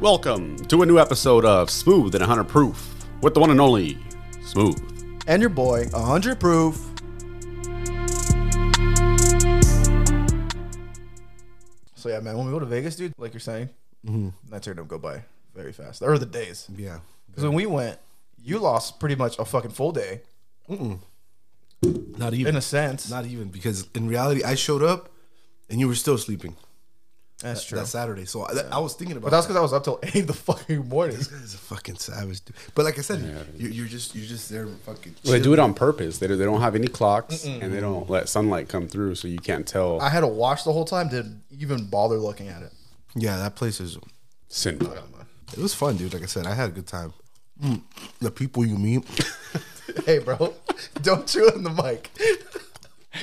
Welcome to a new episode of Smooth and 100 Proof with the one and only Smooth. and your boy, 100 proof. So yeah, man, when we go to Vegas, dude, like you're saying, nights are gonna go by very fast, or the days. Yeah. Because when we went, you lost pretty much a fucking full day Not in even. a sense. not even because in reality, I showed up and you were still sleeping that's true. that Saturday. So I, I was thinking about but that's because I was up till eight in the fucking morning. that. It's a fucking savage, dude. But like I said, you, you're just you're just there fucking. They chilling. do it on purpose. They, do- they don't have any clocks and they don't let sunlight come through, so you can't tell. I had to watch the whole time. Didn't even bother looking at it. Yeah, that place is. Sinbad. It was fun, dude. Like I said, I had a good time. Mm, the people you meet. Hey, bro, don't chew on the mic.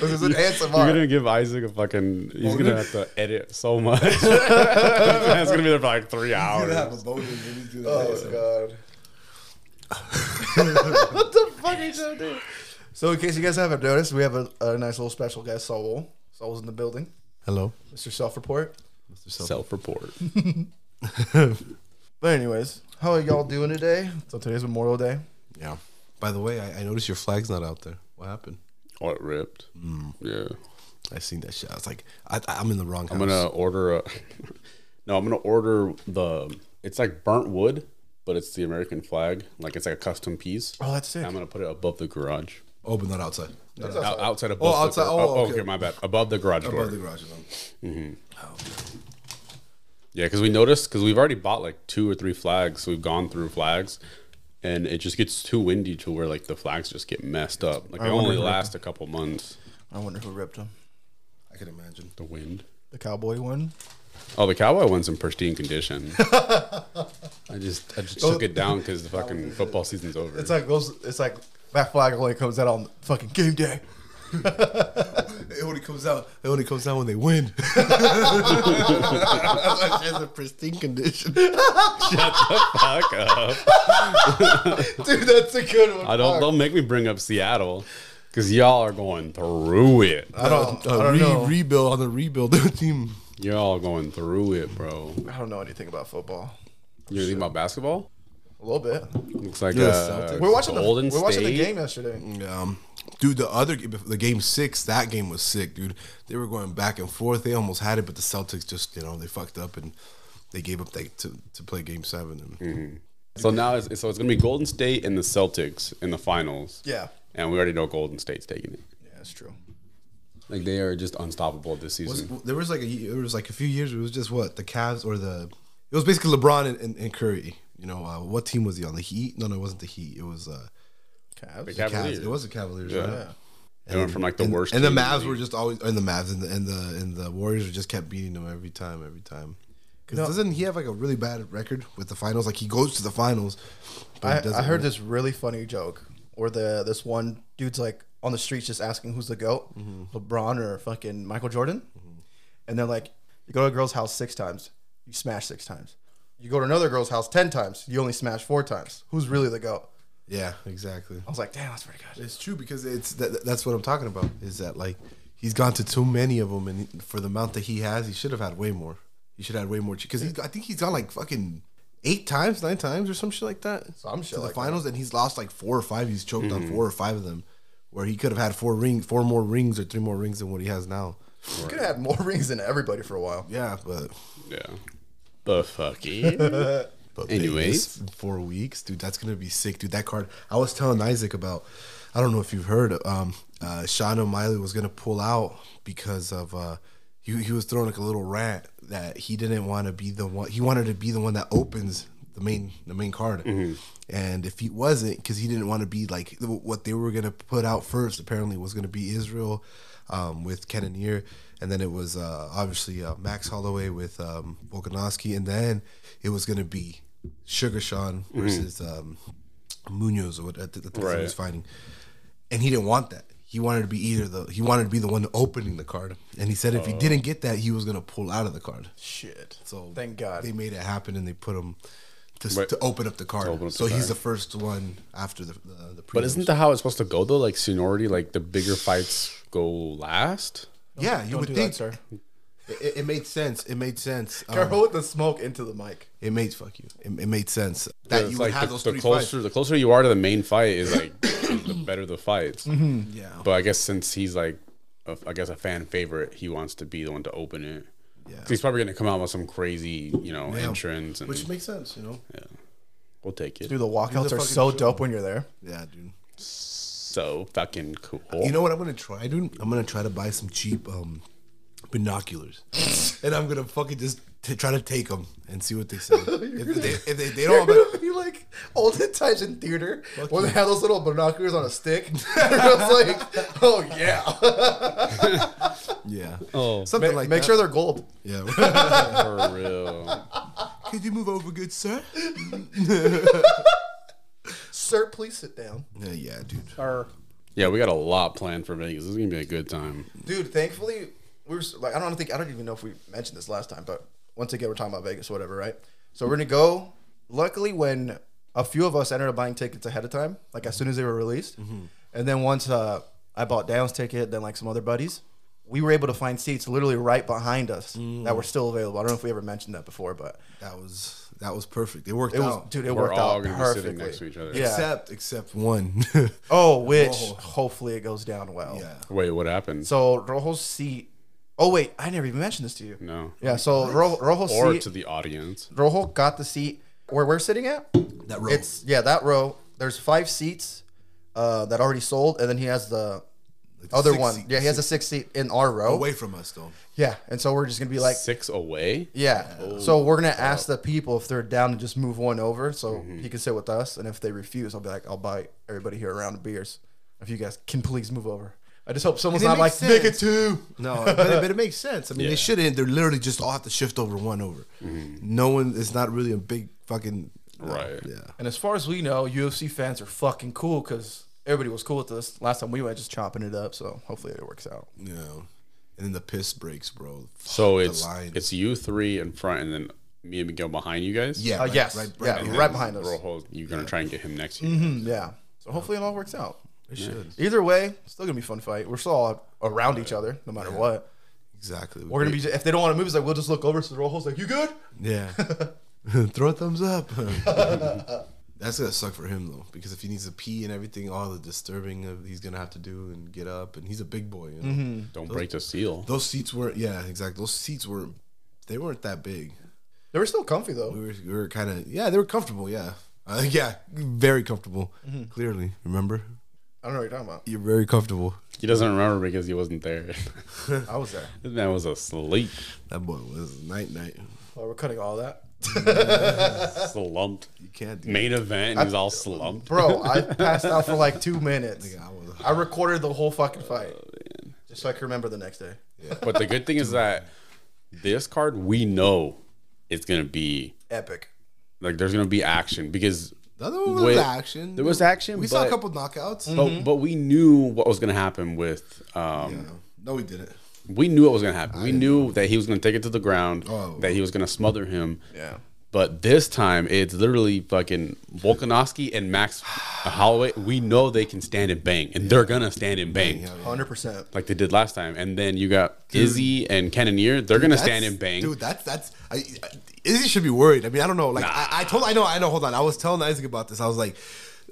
This is an ASMR. You're gonna give Isaac a fucking. He's gonna have to edit so much. That's gonna be there for like three hours. Oh god. what the fuck are you trying to do? So in case you guys haven't noticed, we have a, a nice little special guest, Saul. Saul's in the building. Hello, Mr. Self Report. Mr. Self. Self-report. But anyways, how are y'all doing today? So today's Memorial Day. Yeah. By the way, I, I noticed your flag's not out there. What happened? Oh, it ripped. Mm. Yeah. I seen that shit. I was like, I, I'm in the wrong house. I'm gonna order a. no, I'm gonna order the. It's like burnt wood, but it's the American flag. Like it's like a custom piece. Oh, that's And sick. I'm gonna put it above the garage. Oh, but not outside. Not Out, outside above. Oh, the outside- gar- oh, oh, okay. okay. my bad. Above the garage door. above the garage. Yeah, because we noticed because we've already bought like two or three flags. So we've gone through flags, and it just gets too windy to where like the flags just get messed up. Like they wonder only if- last a couple months. I wonder who ripped him. I can imagine. The wind. The cowboy one. Oh, the cowboy one's in pristine condition. I just I just took it down because the fucking football season's over. It's like those it's like that flag only comes out on fucking game day. It only comes out. It only comes out when they win. She has a pristine condition. Fuck up. Dude, that's a good one. I don't. Don't make me bring up Seattle because y'all are going through it. Uh, I don't, Uh, A Oh, I don't re- know. rebuild on the rebuild their team. Y'all going through it, bro. I don't know anything about football. You think about basketball? A little bit. Looks like Yeah, uh, Celtics. We're watching the Golden we're watching the State. game yesterday. Um, dude, the other the game six, that game was sick, dude. They were going back and forth. They almost had it, but the Celtics just you know they fucked up and they gave up like, to to play game seven. And So now, it's, so it's gonna be Golden State and the Celtics in the finals. Yeah. and we already know Golden State's taking it. Yeah, that's true. Like they are just unstoppable this was, season. there was like a it was like a few years. It was just what the Cavs or the it was basically LeBron and, and, and Curry. You know uh, what team was he on? The Heat? No, no, it wasn't the Heat. It was uh, Cavs. Cavs- Cavs. Cavaliers. It was the Cavaliers. right? Yeah. they went from like the and, worst. And the team in Mavs league. were just always, and the Mavs and the and the, and the Warriors just kept beating them every time, every time. Because No. doesn't he have like a really bad record with the finals? Like he goes to the finals. But it I, I doesn't heard win. this really funny joke where the this one dude's like on the streets just asking who's the goat, LeBron or fucking Michael Jordan, and they're like, you go to a girl's house six times, you smash six times. You go to another girl's house ten times, you only smash four times. Who's really the goat? Yeah, exactly. I was like, damn, that's pretty good. It's true because it's that, that's what I'm talking about. Is that like he's gone to too many of them, and he- for the amount that he has, he should have had way more. He should have had way more because I think he's gone like fucking eight times, nine times, or some shit like that. Some shit to the like that. finals, and he's lost like four or five. He's choked on four or five of them, where he could have had four ring, four more rings, or three more rings than what he has now. You could have had more rings than everybody for a while. Yeah, but yeah. The fucking But Anyways. Vegas in four weeks, dude. That's gonna be sick, dude. That card. I was telling Isaac about. I don't know if you've heard. Um, uh, Sean O'Malley was gonna pull out because of uh, he he was throwing like a little rant that he didn't want to be the one. He wanted to be the one that opens the main the main card. And if he wasn't, because he didn't want to be like what they were gonna put out first, apparently was gonna be Israel um, with Cannonier, and then it was uh, obviously uh, Max Holloway with um, Volkanovski, and then it was going to be Sugar Sean Mm-hmm. versus um, Munoz or what I think that's what he was Right. fighting, and he didn't want that. He wanted to be either the he wanted to be the one opening the card, and he said if Oh. he didn't get that, he was going to pull out of the card. Shit. So thank God. they made it happen, and they put him. To, Right. to open up the card, open up so the he's card. the first one after the the, the But isn't that how it's supposed to go though? Like seniority, like the bigger fights go last. yeah you Don't would do think that, sir. It, it made sense. It made sense. Um, Careful with the smoke into the mic. it made fuck you. It, it made sense That that you would like have the, those the three closer the closer you are to the main fight is like is the better the fights. fights. Yeah, But I guess since he's like, a, I guess a fan favorite, he wants to be the one to open it. Yeah. 'Cause He's probably gonna come out with some crazy, you know, Yeah. entrance, and which makes sense. You know. we'll take it. Dude, the walkouts the are fucking so show. dope when you're there. Yeah, dude. So fucking cool. You know what I'm gonna try, dude? I'm gonna try to buy some cheap um, binoculars, and I'm gonna fucking just t- try to take them and see what they say. if, they, if they, they don't, I'm You're like, gonna be like old times in theater when they have those little binoculars on a stick. it's like, oh yeah, yeah, Oh. something make, like make that. sure they're gold. Yeah. for real. Could you move over, good sir? Sir, please sit down. Yeah, yeah, dude. Yeah, we got a lot planned for Vegas. This is gonna be a good time. Dude, thankfully we were like I don't think I don't even know if we mentioned this last time, but once again we're talking about Vegas or whatever, right? So we're gonna go. Luckily, when a few of us ended up buying tickets ahead of time, like as soon as they were released, Mm-hmm. and then once uh, I bought Downs' ticket, then like some other buddies, we were able to find seats literally right behind us Mm. that were still available. I don't know if we ever mentioned that before, but That was that was perfect. It worked it was out. dude, it We're worked all out gonna be perfectly. sitting next to each other. Yeah. Except except one. Oh, which Whoa. hopefully it goes down well. yeah. Wait, what happened? So Rojo's seat. Oh wait, I never even mentioned this to you. no. Yeah, so Ro- Rojo's Or seat. to the audience. Rojo got the seat where we're sitting at. That row. It's yeah, that row. There's five seats uh, that already sold, and then he has the Like the other sixth one. seat- Oh, yeah, he has a sixth seat in our row. away from us though. Yeah, and so we're just gonna be like, Six away? yeah. so we're gonna ask the people if they're down to just move one over, so Mm-hmm. he can sit with us. And if they refuse, I'll be like, I'll buy everybody here a round of beers. If you guys can please move over. I just hope someone's And it not like makes make it sense. two. No, but, it- but it makes sense. I mean, Yeah. Mm-hmm. they shouldn't. They're literally just all have to shift over one over. No one. It's not really a big fucking. uh, Right. Yeah. And as far as we know, UFC fans are fucking cool because everybody was cool with us last time we went, just chopping it up. So hopefully it works out. You know. And then the piss breaks, bro. So Fuck, it's the line. it's you three in front and then me and Miguel behind you guys? yeah. Uh, right, yes, Right, yeah, right. right, And then behind us. Rojo, you're gonna try and get him next to you. Mm-hmm. Mm, yeah. So hopefully it all works out. It should. Either way, still gonna be a fun fight. We're still all around each other, no matter what. Exactly. We're gonna be if they don't want to move, it's like we'll just look over. So the Rojo's like, "You good?" Yeah. Throw a thumbs up. That's gonna suck for him though, because if he needs to pee and everything, all the disturbing of he's gonna have to do and get up, and he's a big boy. You know? Mm-hmm. Don't break the seal. Those seats weren't. Yeah, exactly. Those seats weren't. They weren't that big. They were still comfy though. We were, we were kind of. Yeah, they were comfortable. Yeah, uh, yeah, very comfortable. Clearly, remember, I don't know what you're talking you're very comfortable. He doesn't remember because he wasn't there. about. I was there. That man was asleep, That boy was night night. Well, we're cutting all that, slumped. You can't do. Main event, and he's all slumped. bro. I passed out for like two minutes. that. I was. I recorded the whole fucking fight just so I can remember the next day. But the good thing is that this card we know is gonna be Epic. like there's gonna be action because The other one was Wait, action. there was action, We saw a but- Mm. couple Mm-hmm. knockouts. but, but we knew what was gonna happen with um Yeah. No, we didn't. we knew what was gonna happen. We knew that he was gonna take it to the ground, Oh. that he was gonna smother him. Yeah. But this time it's literally fucking Volkanovski and Max Holloway. We know they can stand and bang, and they're gonna stand and bang. Hundred percent. Like they did last time, and then you got Izzy and Cannoneer. They're gonna stand That's- and bang. Dude, that's that's I, I, Izzy should be worried. I mean, I don't know. Like I, I told, I know, I know. Hold on, I was telling Isaac about this. I was like,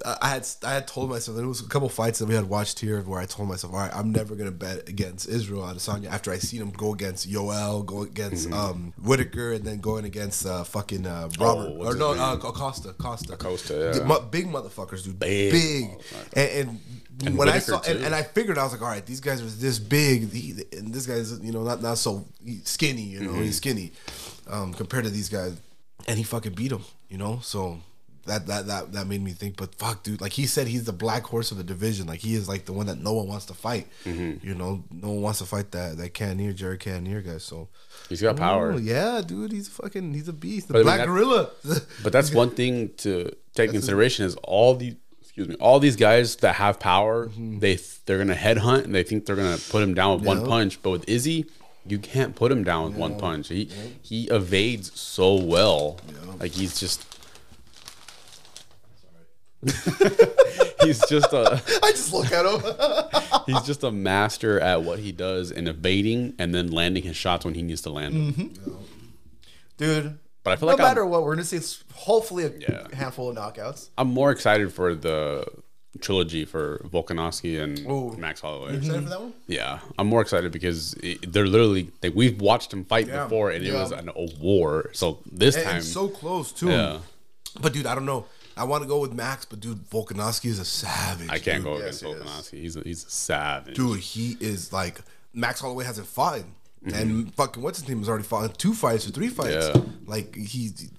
uh, I had I had told myself there was a couple fights that we had watched here where I told myself, all right, I'm never gonna bet against Israel Adesanya after I seen him go against Yoel, go against Mm-hmm. um, Whitaker, and then going against uh, fucking uh, Robert what's or his no name? uh, Acosta, Acosta, Oh, Acosta, yeah. Mu- big motherfuckers, dude, Big big, and. and And when Whitaker, I saw, and, too. and I figured I was like, all right, these guys are this big, he- and this guy's you know not not so he's skinny, you know, Mm-hmm. he's skinny um, compared to these guys, and he fucking beat him, you know, so. That, that that that made me think, but fuck, dude. Like he said, he's the black horse of the division. Like he is like the one that no one wants to fight. Mm-hmm. You know, no one wants to fight that that Cannonier, Jerry Cannonier guy. So He's got power. Oh, yeah, dude, he's fucking, he's a beast, the I mean, black that- gorilla. But that's one thing to take into consideration is all the excuse me, all these guys that have power, Mm-hmm. they they're gonna headhunt and they think they're gonna put him down with one Yeah. punch. But with Izzy, you can't put him down with one punch. He he evades so well, like he's just. he's just a I just look at him. he's just a master at what he does and evading and then landing his shots when he needs to land them. dude. But I feel no like I'm- matter what, we're gonna see s- hopefully a Yeah. handful of knockouts. I'm more excited for the trilogy for Volkanovski and Ooh. Max Holloway. Excited for that one? Yeah, I'm more excited because it, they're literally they, we've watched him fight Yeah. before and it Yeah. was an, a war. So this And, time, and so close too. Yeah. But dude, I don't know. I want to go with Max, but dude, Volkanovski is a savage. I can't go dude. against Yes, he is. Volkanovski. He's a, he's a savage. Dude, he is like Max Holloway hasn't fought, and fucking what's his name has already fought two fights or three fights. Mm-hmm. Yeah. Like he's,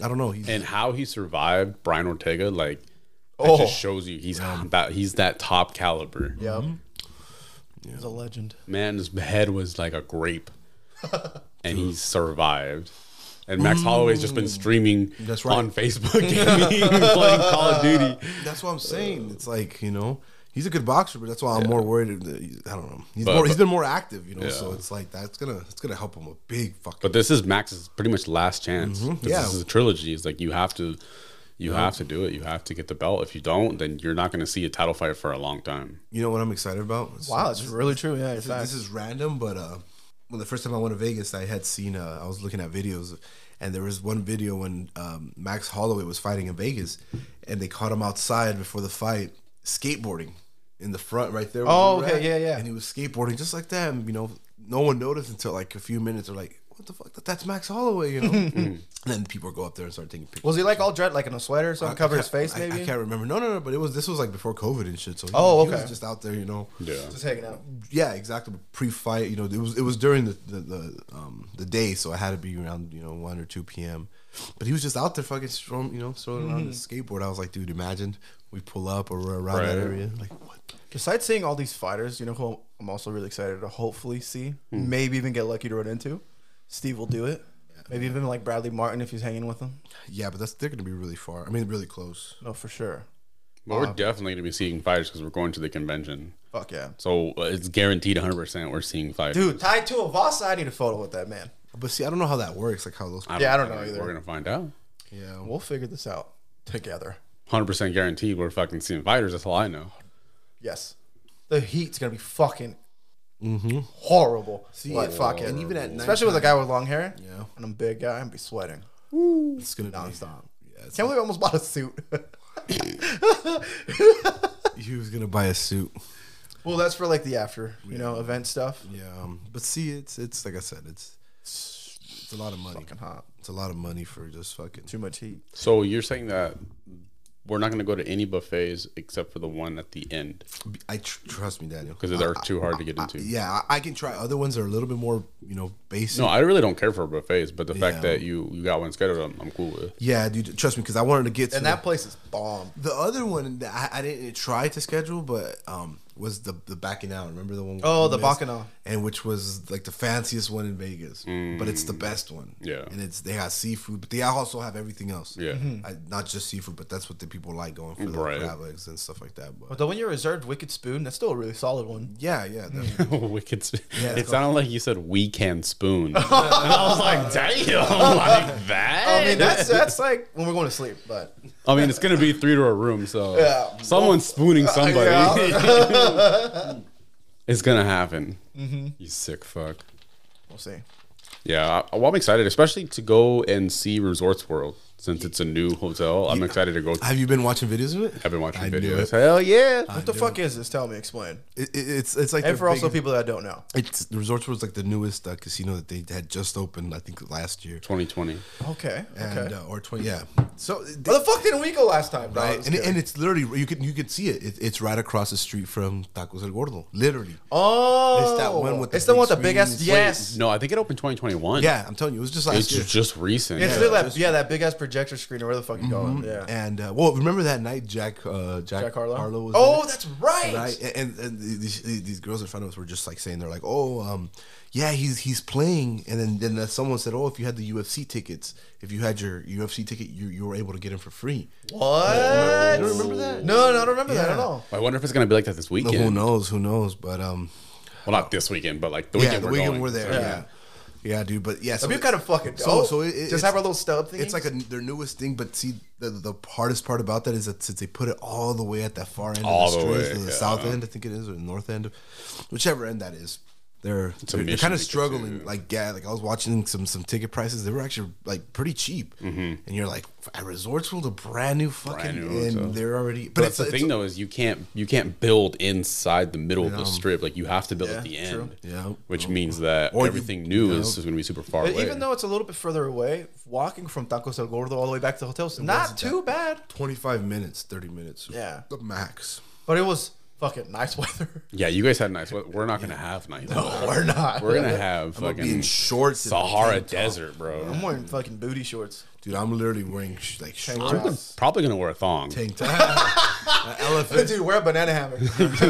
I don't know. He's And how he survived Brian Ortega, like, that Oh. just shows you he's that he's that top caliber. Yeah, he's a legend. man's head was like a grape, and he survived. And Max Holloway's just been streaming That's right. on Facebook gaming, playing Call of Duty. that's what I'm saying. It's like you know. He's a good boxer, but that's why I'm more worried. that he's- I don't know. He's more, he's been more active, you know. So it's like that's gonna it's gonna help him a big fucking. But this is Max's pretty much last chance. Mm-hmm. 'Cause Yeah. This is a trilogy. It's like you have to, you have to do it. You have to get the belt. If you don't, then you're not going to see a title fight for a long time. you know what I'm excited about? It's- Wow, that's really true. Yeah, it's So this is random, but uh, when the first time I went to Vegas, I had seen uh, I was looking at videos, and there was one video when um, Max Holloway was fighting in Vegas, and they caught him outside before the fight skateboarding in the front right there. where Oh, we were okay, yeah, yeah. And he was skateboarding just like that, and you know, no one noticed until like a few minutes. They're like, "What the fuck? That's Max Holloway," you know. and then people go up there and start taking pictures. was he like all dread, like in a sweater, or something, cover his face I- maybe? I, can't remember. No, no, no. But it was this was like before COVID and shit. So he- Oh, he was okay. just out there, you know Yeah. Just hanging out. yeah, exactly. Pre-fight, you know, it was it was during the the, the um the day, so I had to be around you know one or two p.m. But he was just out there fucking strolling, you know, strolling around his Mm-hmm. skateboard. I was like, dude, imagine we pull up or we're around that Right. area, like what? Besides seeing all these fighters, you know who I'm also really excited to hopefully see, Hmm. maybe even get lucky to run into. Steve will do it. Maybe even like Bradley Martin if he's hanging with him. Yeah, but that's they're gonna be really far. I mean, really close. No, for sure. But we're definitely going to be seeing fighters because we're going to the convention. Fuck yeah, So uh, it's guaranteed 100 percent we're seeing fighters. dude. Tied to a Vasa, I need a photo with that man. But see, I don't know how that works, like how those. Yeah, I don't know either. We're going to find out. yeah, We'll figure this out together. 100 percent guaranteed we're fucking seeing fighters. That's all I know. Yes, the heat's gonna be fucking horrible. See, but fuck it. Mm-hmm. and even at especially with a guy with long hair. Yeah. and I'm a big guy. I'm gonna be sweating. it's gonna be. Nonstop. Yeah, it's- Can't believe I almost bought a suit. he was gonna buy a suit. well, that's for like the after, you know, event stuff. Yeah, um, but see, it's it's like I said, it's it's a lot of money. Fucking hot. It's a lot of money for just fucking. Too much heat. So you're saying that we're not going to go to any buffets except for the one at the end I tr- trust me, Daniel. because they're too hard to get into. Yeah, I, I can try other ones that are a little bit more, you know, basic. No, I really don't care for buffets, but the Yeah. fact that you you got one scheduled, I'm, I'm cool with. Yeah, dude, trust me, because I wanted to get to And that place is bomb. the, the other one that I, I didn't try to schedule, but um, was the the Bacchanal. Remember the one? Oh, we the missed? Bacchanal. and which was like the fanciest one in Vegas, but it's Mm. the best one. Yeah. and it's they got seafood, but they also have everything else. Mm-hmm. Yeah. Mm-hmm. Mhm. I, not just seafood, but that's what the people like going for, the Right. crab legs and stuff like that. But But the one you reserved, Wicked Spoon, that's still a really solid one. yeah, yeah, that- Wicked. Sp- it's it sounded like you said we can spoon, and I was like, damn, like that. I mean, that's that's like when we're going to sleep, but I mean, it's gonna be three to a room, so Yeah. someone's spooning somebody. Yeah. Mm-hmm. it's gonna happen. You sick fuck. we'll see. Yeah, I, well, I'm excited, especially to go and see Resorts World since it's a new hotel. I'm excited to go. have you been watching videos of it? I've been watching I knew videos. it. Hell yeah! What the fuck is this? Tell me, explain. It, it, it's it's like And the for also biggest- people that don't know. It's the Resorts was like the newest uh, casino that they had just opened, I think last year, 2020. Okay. and Okay. uh, or twenty. Yeah, so they, Where the fuck didn't we go last time, dog? right, and, and it's literally you could you could see it. it. It's right across the street from Tacos El Gordo, literally. oh, It's that one with the it's the one with big the big ass. screens. Yes. No, I think it opened 2021. Yeah, I'm telling you, it was just last it's year. just recent. it's literally that, yeah, that big ass projector screen or where the fuck you going. Yeah. and uh, well, remember that night Jack uh, Jack, Jack Harlow. was oh, there? that's right. right? And, and these, these girls in front of us were just like saying they're like, oh, um, yeah, he's he's playing, and then then someone said, oh, if you had the UFC tickets, if you had your UFC ticket, you you were able to get in for free. What? You don't remember that? No, no, I don't remember that at Yeah. all. I wonder if it's gonna be like that this weekend. Who knows? Who knows? But um, Well, not this weekend, but like the yeah, weekend. the we're weekend going. we're there. So, Yeah. Yeah, dude. But yeah, so That'd be kind of fucking dope. So, so it, it- just it's- have our little stub thing. It's like a, their newest thing, but see, the, the hardest part about that is that since they put it all the way at that far end All of the, the streets, way, or the yeah. south end, I think it is, or the north end, whichever end that is. They're a they're, mission kind of to get to, struggling. yeah. Like yeah, like I was watching some some ticket prices. They were actually like pretty cheap, and you're like at Resorts World, a brand new fucking, Mm-hmm. new and hotel. they're already. But, But it's that's the it's- thing though is you can't you can't build inside the middle of the Yeah. strip. Like you have to build Yeah, at the true. end. Yeah. Oh. Which means that Or you- everything new yeah. is, is going to be super far But away. even though it's a little bit further away, walking from Tacos El Gordo all the way back to the hotel is not wasn't too bad. 25 minutes, 30 minutes. Yeah. The max. But it was fucking nice weather. yeah, you guys had nice. weather. We're not going to have nice. No, we're not. We're gonna have Be in fucking shorts. and a Sahara tank top. Desert, I'm bro. wearing fucking booty shorts. Dude, I'm literally wearing sh- like shorts. I'm Yes. probably gonna wear a thong. Tank top. An elephant. Dude, wear a banana hammock. Let's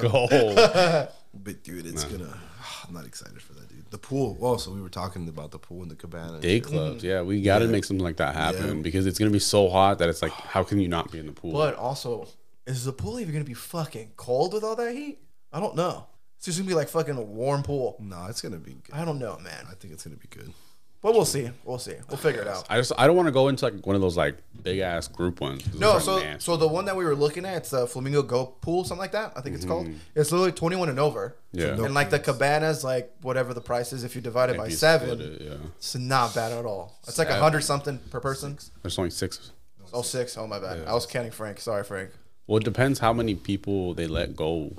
go. But dude, it's gonna. I'm not excited for that, dude. The pool. Oh, so we were talking about the pool and the cabana. and Day shit. clubs, yeah. We got to make something like that happen because it's gonna be so hot that it's like, how can you not be in the pool? but also, is the pool even gonna be fucking cold with all that heat? I don't know. It's just gonna be like fucking a warm pool. No, it's gonna be good. I don't know, man. I think it's gonna be good. But we'll see. We'll see. We'll figure it out. I just I don't want to go into like one of those like big ass group ones. 'cause No, it's, like, so nasty. so the one that we were looking at, it's a Flamingo Go Pool, something like that. I think it's called. It's literally twenty one and over. Mm-hmm. Yeah. and like the cabanas, like whatever the price is, if you divide it by you seven, split it, yeah. it's not bad at all. It's like a Seven. hundred something per person. there's only six. Oh six. Oh my bad. I was counting Frank. Sorry, Frank. Well, it depends how many people they let go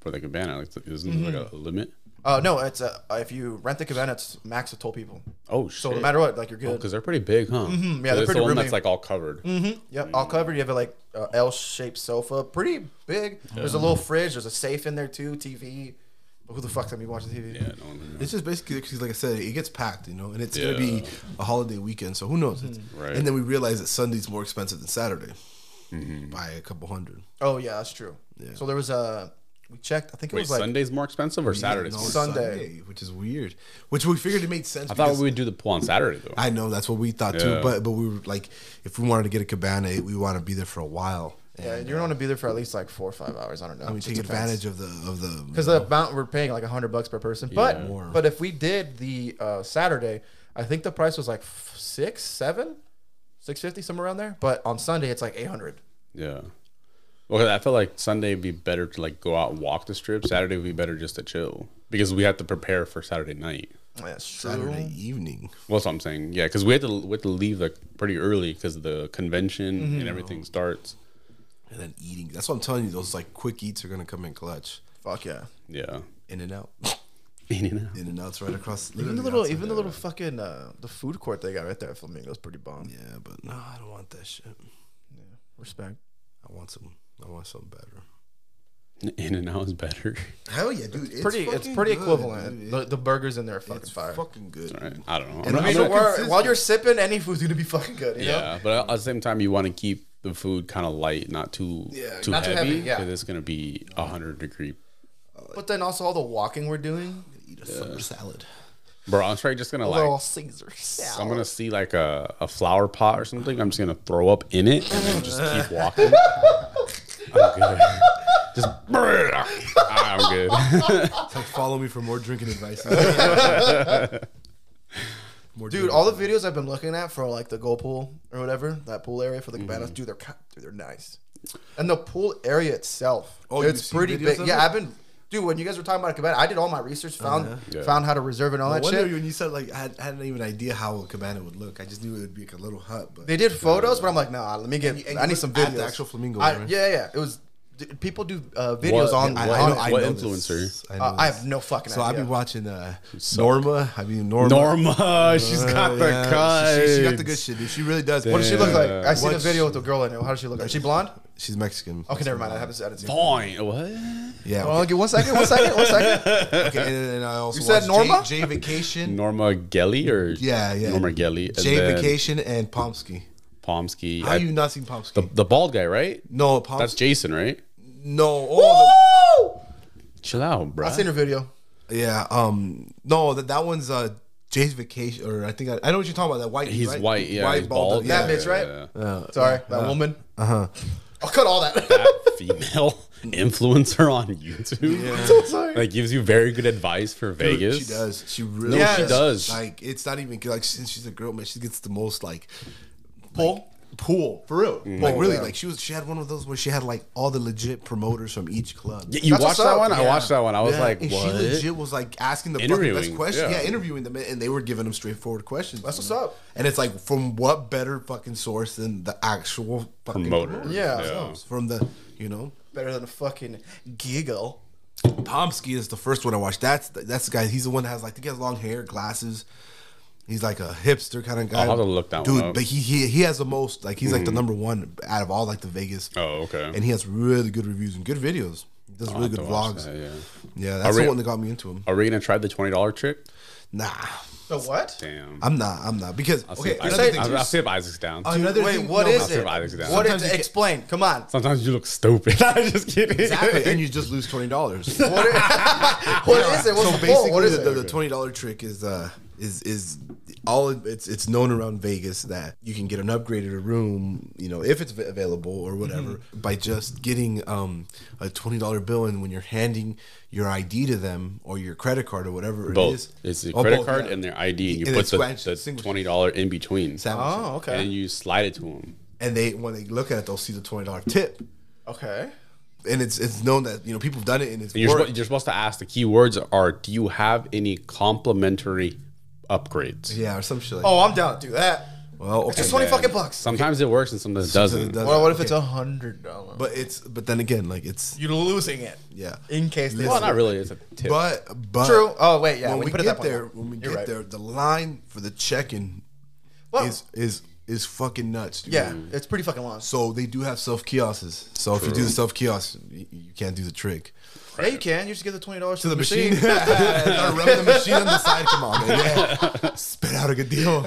for the cabana. Like, isn't there like a limit? Uh, no, it's a, if you rent the cabana, it's max of twelve people. Oh shit! So no matter what, like you're good. because they're pretty big, huh? Mm-hmm, yeah, they're it's pretty the one roomy. Mm-hmm. that's like all covered. Yep, all covered. You have a like uh, L-shaped sofa, pretty big. There's a little fridge. There's a safe in there too. TV. But who the fuck's gonna be watching TV? Yeah, no one knows. It's just basically because, like I said, it gets packed, you know, and it's gonna Yeah. be a holiday weekend. So who knows? It's, Right. And then we realize that Sunday's more expensive than Saturday Mm-hmm. by a couple hundred. Oh yeah, that's true. So there was a we checked. I think it Wait, was like Sunday's more expensive or Saturday's? No, more Sunday. which is weird. Which we figured it made sense. I thought we would do the pool on Saturday though. I know that's what we thought Yeah. too, but but we were like, if we wanted to get a cabana, we want to be there for a while. yeah, you're gonna be there for at least like four or five hours. I don't know. I mean, take advantage of the of the because the amount we're paying like hundred bucks per person. But More. but if we did the uh, Saturday, I think the price was like f- six, seven, six fifty somewhere around there. But on Sunday, it's like eight hundred. Yeah. Well, I feel like Sunday would be better to like go out and walk the strip. Saturday would be better just to chill because we have to prepare for Saturday night. That's true. Saturday evening. Well, that's what I'm saying. Yeah, because we had to we had to leave like pretty early because the convention and everything starts. and then eating. That's what I'm telling you. Those like quick eats are gonna come in clutch. Fuck yeah. Yeah. In and out, You know? in and out's right across. Even the literally little, outside. even the little fucking uh, the food court they got right there at Flamingo's pretty bomb. Yeah, but no, I don't want that shit. I Respect. want some. I want something better. In and out is better. Hell yeah, dude. It's Pretty, it's fucking pretty good, equivalent. dude. The, the burgers in there are fucking It's fire. fucking good. Right? I don't know. I'm, And I I'm gonna- mean, Don't worry, consistent. while you're sipping, any food's gonna be fucking good. You know? yeah, but at the same time, you want to keep the food kind of light, not too Yeah, too not too heavy, heavy, yeah. because it's gonna be a hundred degree. But then also all the walking we're doing. Eat a summer salad. Bro, I'm probably just gonna like Little Caesar So I'm salad. gonna see like a, a flower pot or something. I'm just gonna throw up in it and then just keep walking. I'm good. Just I'm good. It's like follow me for more drinking advice. more Dude, all the videos I've been looking at for like the goal pool or whatever, that pool area for the cabanas, dude, they're ki- dude, they're nice. And the pool area itself, Oh, oh, you've it's seen pretty videos big. of Yeah, it? I've been, dude. When you guys were talking about a cabana, I did all my research, found Yeah. found how to reserve and all I that wonder shit. when you said like I, had, I hadn't even idea how a cabana would look. I just knew it would be like a little hut, but They did photos, but I'm like, nah, let me get. And you- and you I need look some at videos. the actual flamingo, I, right? yeah, yeah. It was. d- People do uh, videos on. I, I, I know, on I What know influencer? this. I, know uh, I this. have no fucking So I've idea. been watching uh, Norma. I mean Norma. Uh, Norma, she's got the Yeah, cut. She, she- she got the good shit, dude. She really does. what does she look like? I seen a What's- video with a girl in it. How does she look? like? Is she blonde? She's Mexican. Okay, never mind. I haven't I didn't see. it. Fine. What? Yeah. Hold on, Okay. give one second. One second. One second. okay, And, and I also You said watched Norma? J, J Vacation. Norma Gelly or Yeah, yeah. Norma Gelly. and J then Vacation and Pomsky. Pomsky. How I- you not seen Pomsky? the, the bald guy, right? no, Pomsky. That's Jason, right? no. Oh, Chill out, bro. I seen her video. the- yeah. Um. No, that that one's uh Jay's Vacation, or I think I, I know what you're talking about. That white. dude, He's right? white. Yeah, he's bald, bald. Yeah. That bitch, right? Uh-huh. yeah. Sorry, that woman. Uh huh. I'll cut all that. That female. influencer on YouTube. so sorry. Like gives you very good advice for Dude, Vegas. She does. She really. No, she does. Like it's not even good. Like since she's a girl, man, she gets the most like Pull. pool for real. Mm. Like Pull, really, yeah. like she was. She had one of those where she had like all the legit promoters from each club. Y- You That's watched what's that up. one? I Yeah. watched that one. I was Yeah, like, and what? she legit was like asking the fucking Interviewing, best question. yeah. Yeah. interviewing them, and they were giving them straightforward questions. That's what's you know? up. And it's like, from what better fucking source than the actual fucking Promoter. Yeah. themselves? From the, you know, Better than a fucking giggle. Pomsky is the first one I watched. That's the, that's the guy. He's the one that has like I think he has long hair, glasses. He's like a hipster kind of guy. I'll have to look that one dude, up. Mm-hmm. but he, he he has the most like he's like the number one out of all like the Vegas. Oh, okay. And he has really good reviews and good videos. He does really have good to watch vlogs. that, yeah. yeah. that's Are we- the one that got me into him. Are we gonna try the twenty dollar trick? Nah, The what? Damn. I'm not. I'm not because I'll see okay. if Another Isaac- thing, I'll, too, I'll see if Isaac's down. another Wait, thing- what no, is no, I'll see it? if Isaac's down. What is Sometimes you it? get- Explain. Come on. Sometimes you look stupid. I'm just kidding. Exactly, and you just lose twenty dollars. What i- what is it? What's so the pull? basically, What is the, it? the twenty dollar trick is uh is is all it's it's known around Vegas that you can get an upgraded room, you know, if it's av- available or whatever, Mm-hmm. by just getting um a twenty dollar bill and when you're handing your ID to them or your credit card or whatever it Both. is, It's a Oh, credit both, card yeah. and their ID, and you And put it's the, scratched, the singular. twenty dollar in between, Sandwich it. Oh, okay. and you slide it to them. and they when they look at it, they'll see the twenty dollar tip, okay. and it's it's known that you know people have done it and it's And you're, worked. suppo- you're supposed to ask. The keywords are: Do you have any complimentary upgrades? yeah, or some shit. Like Oh, I'm down to do that. well, okay. It's twenty Yeah. fucking bucks. Sometimes it works and sometimes it doesn't. doesn't. What, what if it's a hundred dollars? but it's but then again, like it's you're losing it. yeah. In case they Well, not really. It's a tip. But but True. Oh wait, yeah. when, we you put it get that way. there, when we You're get right. there, the line for the check-in Well- is is is fucking nuts. Dude. yeah, it's pretty fucking long. So they do have self kiosks. So if you do the self kiosk, you, you can't do the trick Yeah, you can. You just get the twenty dollars to the machine. Start rubbing the machine on the side. Come on, man. Yeah. Spit out a good deal.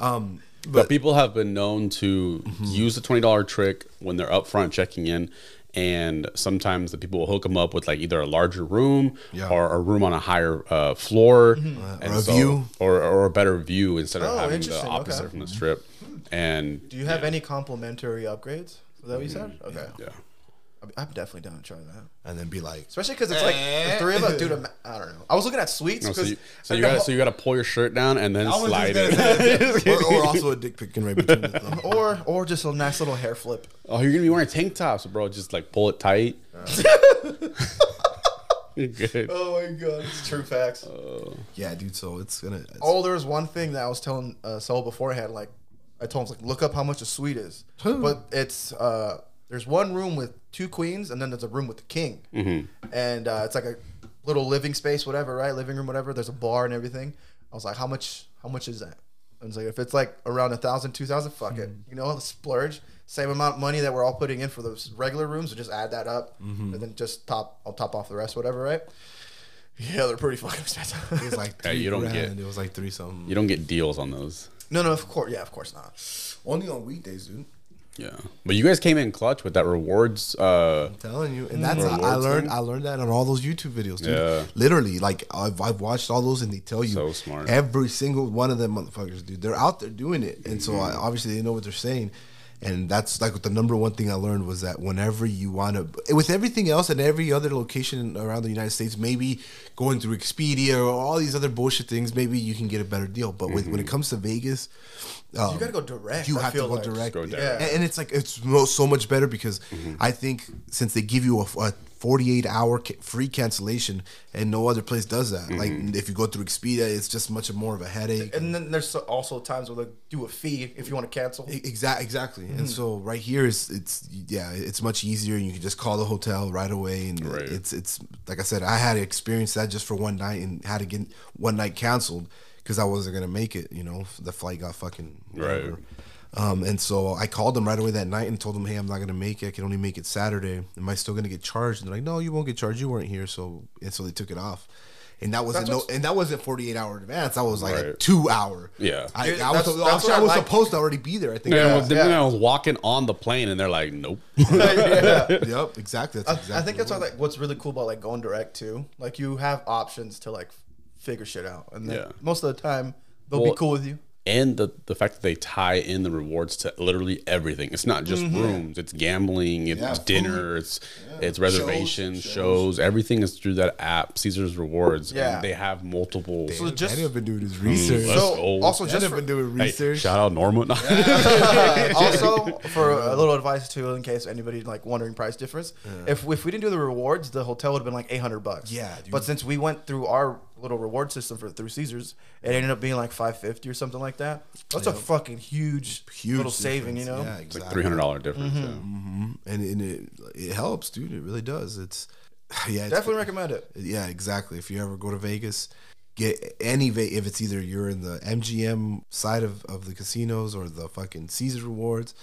um, But people have been known to use the twenty dollar trick when they're up front checking in, and sometimes the people will hook them up with like either a larger room Yeah. Mm-hmm. or a room on a higher uh, floor, Or a view. or, or a better view instead Oh, of having the interesting. opposite Okay. from the strip. And Do you have any complimentary upgrades? Is that what you said? Okay. yeah, I- I'm definitely down to try that. and then be like, Especially because it's like the three of us, dude. I'm- I don't know. I was looking at sweets No, Oh, so because you, so you gotta so you gotta pull your shirt down and then I was slide just it. gonna say- or, or also a dick pic in right between the thumb. or or just a nice little hair flip. Oh, you're gonna be wearing tank tops, bro. Just like pull it tight. You're good. Oh my god, it's true facts. Yeah, dude. So it's gonna. It's, Oh, there was one thing that I was telling uh, Saul beforehand. Like, I told him, like, look up how much a suite is. But it's uh, there's one room with two queens, and then there's a room with the king, Mm-hmm. and uh, it's like a little living space, whatever, right? Living room, whatever. There's a bar and everything. I was like, how much? How much is that? And it's like, if it's like around a thousand, two thousand, fuck it. Hmm. You know, splurge. Same amount of money that we're all putting in for those regular rooms, and just add that up, Mm-hmm. and then just top, I'll top off the rest, whatever, right? Yeah, they're pretty fucking expensive. It was like Yeah, three you don't grand. get- It was like three something. You don't get deals on those. No, no, of course, yeah, of course not. Only on weekdays, dude. Yeah, but you guys came in clutch with that rewards. Uh, telling you and that's Rewards i learned thing? i learned that on all those youtube videos dude Yeah. literally like I've, I've watched all those and they tell you So smart. every single one of them motherfuckers dude they're out there doing it and so I, obviously they know what they're saying and that's like the number one thing i learned was that whenever you want to with everything else and every other location around the united states maybe going through expedia or all these other bullshit things maybe you can get a better deal but with, Mm-hmm. when it comes to vegas um, gotta go direct, you I have to feel go like. direct Go Yeah. direct. Mm-hmm. And, and it's like it's mo- so much better because I think since they give you a, a 48 hour ca- free cancellation and no other place does that. Mm-hmm. Like if you go through Expedia, it's just much more of a headache. And then there's so- also times where they do a fee if you want to cancel. Exactly, E, exactly. Hmm. And so right here is it's yeah, it's much easier. and You can just call the hotel right away, and Right. it's it's like I said, I had to experience that just for one night and had to get one night canceled because I wasn't gonna make it. You know, the flight got fucking Right. Um, and so I called them right away that night and told them, "Hey, I'm not gonna make it. I can only make it Saturday. Am I still gonna get charged?" And they're like, "No, you won't get charged. You weren't here." So and so they took it off, and that wasn't That's no, what's- and that wasn't 48 hour advance. That was like a Right. two hour. Yeah. I, Dude, I was, that's- I that's was, what I I was like. supposed to already be there. I think. yeah, well, Yeah. then I was walking on the plane, and they're like, "Nope." yep. Exactly. That's I, exactly. I think that's what why, like what's really cool about like going direct too. Like you have options to like figure shit out, and then Yeah. most of the time they'll Well, be cool with you. and the the fact that they tie in the rewards to literally everything. It's not just rooms. It's gambling. It's Yeah, food. dinner. It's it's reservations. Shows, shows. Everything is through that app. Caesar's Rewards. Yeah. and they have multiple. So just- Daniel been doing his research. Let's So go. also Daniel just for, been doing Mm, Hey, research. shout out Norman. also for a little advice too, in case anybody like wondering price difference. If if we didn't do the rewards, the hotel would have been like eight hundred bucks. Yeah, dude. But since we went through our little reward system for through Caesars, it ended up being like five fifty or something like that. That's a fucking huge, Huge little saving, you know. It's difference. Yeah, like exactly. three hundred dollar difference. yeah. and, and it it helps, dude. It really does. It's yeah, it's, Definitely recommend it. Yeah, exactly. If you ever go to Vegas, get any va- if it's either you're in the MGM side of, of the casinos or the fucking Caesar rewards,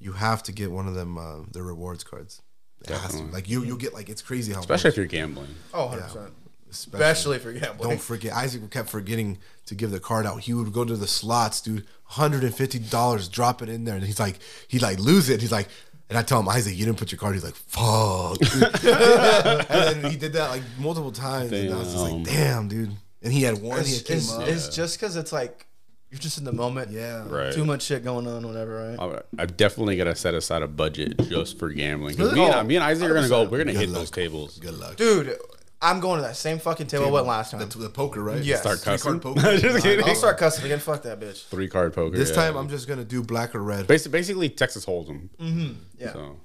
you have to get one of them uh, the rewards cards. It has to. Like you, you'll get like it's crazy how Especially if much, you're gambling. Oh, 100 percent. especially- Especially for gambling. Don't forget, Isaac kept forgetting to give the card out. He would go to the slots, dude, hundred and fifty dollars, drop it in there, and he's like, he like lose it. He's like, and I tell him, Isaac, you didn't put your card. He's like, fuck. and then he did that like multiple times, and I was just like, damn, dude. And he had one. He It's, had came it's, up. it's just because it's like you're just in the moment. Yeah. Uh, Right. Too much shit going on, whatever. Right. I- I've definitely got to set aside a budget just for gambling. 'Cause Me, and, me and Isaac are gonna go. We're gonna hit those tables. Good luck. Dude, I'm going to that same fucking table I went last time. That's the poker, right? Yes. Start cussing. Three-card poker. Just kidding. I'll start cussing again. Fuck that bitch. Three card poker. This yeah. time, I'm just gonna do black or red. Basi- basically Texas Hold'em. Mm-hmm. Yeah. So.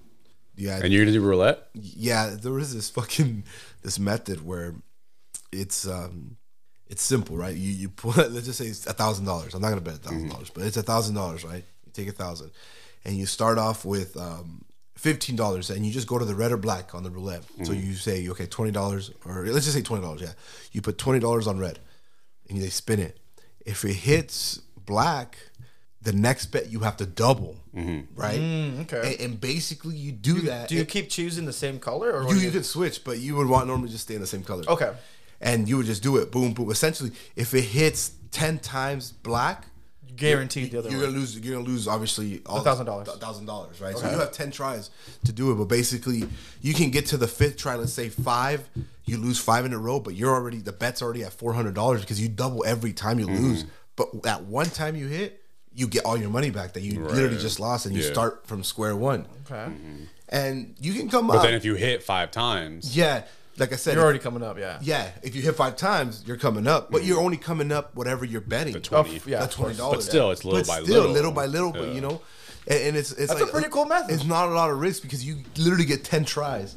Yeah, And you're gonna do roulette? yeah, there was this fucking this method where it's um it's simple, right? You you put let's just say it's a thousand dollars. I'm not gonna bet a thousand dollars, but it's a thousand dollars, right? You take a thousand and you start off with um fifteen dollars and you just go to the red or black on the roulette. So you say, okay, twenty dollars or let's just say twenty dollars, yeah. You put twenty dollars on red and they spin it. If it hits black, the next bet you have to double, right? Mm, okay. And, and basically, you do that. Do you and- keep choosing the same color or what you, do you could switch, but you would want normally just stay in the same color. Okay. And you would just do it, boom, boom. Essentially, if it hits ten times black, guaranteed the other you're one? gonna lose. You're gonna lose, obviously, all $1,000. thousand dollars, right? So you have ten tries to do it, but basically, you can get to the fifth try. Let's say five, you lose five in a row, but you're already the bet's already at four hundred dollars because you double every time Mm-hmm. you lose. But that one time you hit, you get all your money back that you literally Right. just lost, and you Yeah. start from square one. Okay. And you can come But up, then if you hit five times, yeah. Like I said, You're if- already coming up, yeah. yeah, if you hit five times, you're coming up, but Mm. you're only coming up whatever you're betting. The Oh, 20. f- yeah. That's of course. twenty dollars. still, it's little by little. little by little. But you know, and, and it's it's That's a like- pretty cool method. It's not a lot of risk because you literally get ten tries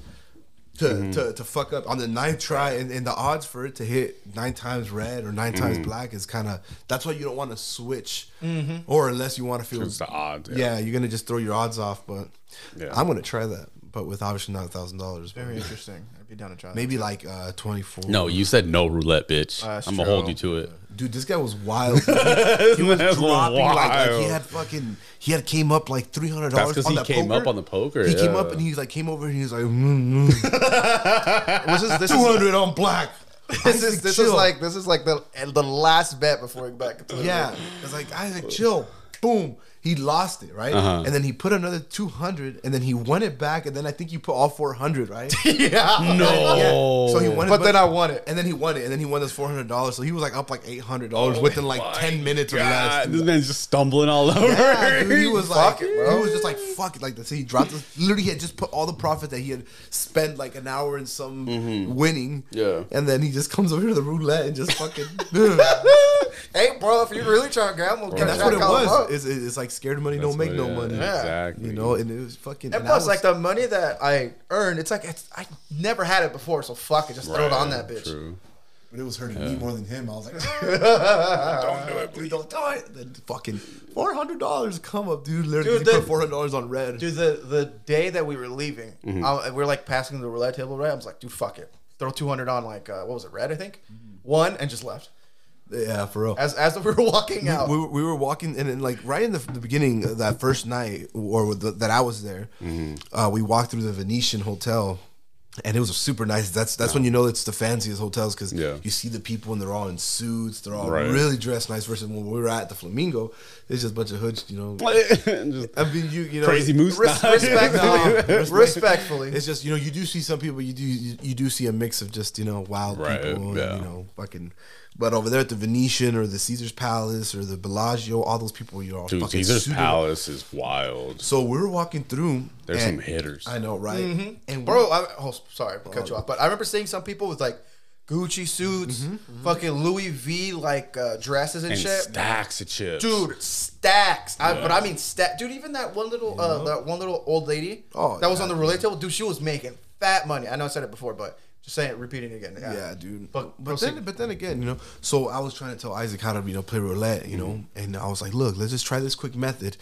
to Mm-hmm. to, to fuck up on the ninth try, and, and the odds for it to hit nine times red or nine Mm-hmm. times black is kind of that's why you don't want to switch, Mm-hmm. or unless you want to feel it's the odds. yeah, you're gonna just throw your odds off. But Yeah. I'm gonna try that, but with obviously not a thousand dollars. Very interesting. I'd be down to try that. Maybe like uh, twenty four. No, you said no roulette, bitch. That's I'm gonna true. hold you to it. Dude, this guy was wild. He He was dropping, like, like he had fucking he had came up like three hundred That's dollars. because he came up on the poker. He came yeah. up and he like came over and he was like mm, mm, Was this this two is, hundred on black. this is Isaac, this is chill. like this is like the and the last bet before we go back to the yeah. It's like Isaac, chill. Boom. He lost it right, Uh-huh. and then he put another two hundred, and then he won it back, and then I think you put all four hundred right. yeah. No. Yeah. So he won, it, But then I won it. and then he won it, and then he won this four hundred dollars. So he was like up like eight hundred dollars within like ten minutes or Oh less. God, this man's just stumbling all over. Yeah, dude, he was like, Fuck it, bro. he was just like, fuck it. Like, so he dropped this. Literally, he had just put all the profit that he had spent like an hour and some Mm-hmm. winning. Yeah. And then he just comes over to the roulette and just fucking. hey, bro, if you really trying to gamble, and that's try what to it call him up. was. It's, it's like scared money That's don't make what- no yeah, money. Exactly. You know, and it was fucking. And I plus, was- like the money that I earned, it's like it's I never had it before, so fuck it, just throw it on that bitch. True. but it was hurting me more than him. I was like, don't do it, please don't do it. Then fucking four hundred dollars come up, dude. Literally, Dude, he the- put four hundred dollars on red. Dude, the the day that we were leaving, I- we we're like passing the roulette table, right? I was like, dude, fuck it, throw two hundred on like uh, what was it, red? I think one, and just left. yeah, for real. As as we were walking out, we, were- we were walking and then like right in the, the beginning of Mm-hmm. that first night or with the, that I was there, uh, we walked through the Venetian Hotel and it was super nice. That's that's when you know it's the fanciest hotels because Yeah. you see the people and they're all in suits, they're all Right. really dressed nice. Versus when we were at the Flamingo, it's just a bunch of hoods, you know. Just- I mean, you you know, Crazy moose. Res- respectfully, respectfully. It's just you know you do see some people you do you, you do see a mix of just you know wild Right, people yeah. and, you know fucking but over there at the Venetian or the Caesar's Palace or the Bellagio all those people you're all Dude, fucking Caesar's suited up. Palace is wild. So we're walking through. There's and- some hitters. I know, right? And Bro, I, oh, sorry, to cut you off. But I remember seeing some people with like Gucci suits, fucking Louis V like uh, dresses and, and shit. stacks of chips. Dude, stacks. I, but I mean, stack. Dude, even that one little, uh, that one little old lady Oh, that was yeah. on the relay table. Dude, she was making fat money. I know I said it before, but just saying, it, repeating it again. Yeah, Yeah, dude. But, But then, but then again, you know. So I was trying to tell Isaac how to, you know, play roulette, you know, Mm-hmm. and I was like, look, let's just try this quick method.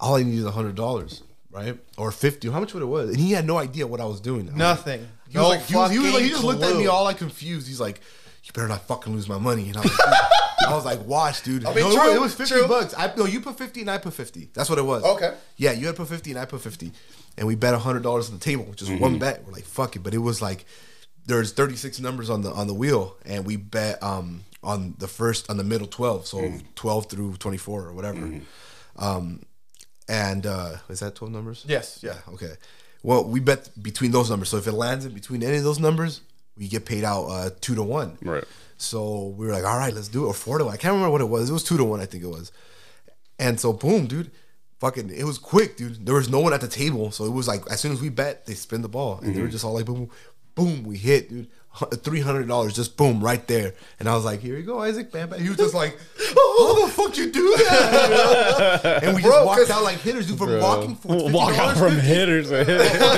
All I need is a hundred dollars, right, or fifty. How much would it was? And he had no idea what I was doing. nothing. He No was like, he, was, he was like, he fucking just looked at me clue. all like confused. He's like, you better not fucking lose my money. And I was like, dude. I was like watch, dude. mean, no, it was- true, it was fifty true. bucks. I no, you put fifty and I put fifty. That's what it was. Okay. Yeah, you had put fifty and I put fifty, and we bet hundred dollars on the table, which is one bet. We're like, fuck it, but it was like there's thirty six numbers on the on the wheel, and we bet um on the first on the middle twelve, so twelve through twenty four or whatever. Um, and uh is that twelve numbers? Yes, yeah. Yeah, okay. Well, we bet between those numbers. So if it lands in between any of those numbers, we get paid out uh, two to one. Right. So we were like, all right, let's do it. Or four to one. I can't remember what it was. It was two to one, I think it was. And so boom, dude. Fucking it was quick, dude. There was no one at the table. So it was like as soon as we bet, they spin the ball. And they Mhm. were just all like boom, boom, boom, we hit, dude. Three hundred dollars, just boom, right there, and I was like, "Here you go, Isaac." Bam, bam. He was just like, "Oh, how the fuck you do that?" You know? and we Bro, just walked 'cause- out like hitters, dude, from Bro. walking for Walk out $50 from hitters. but for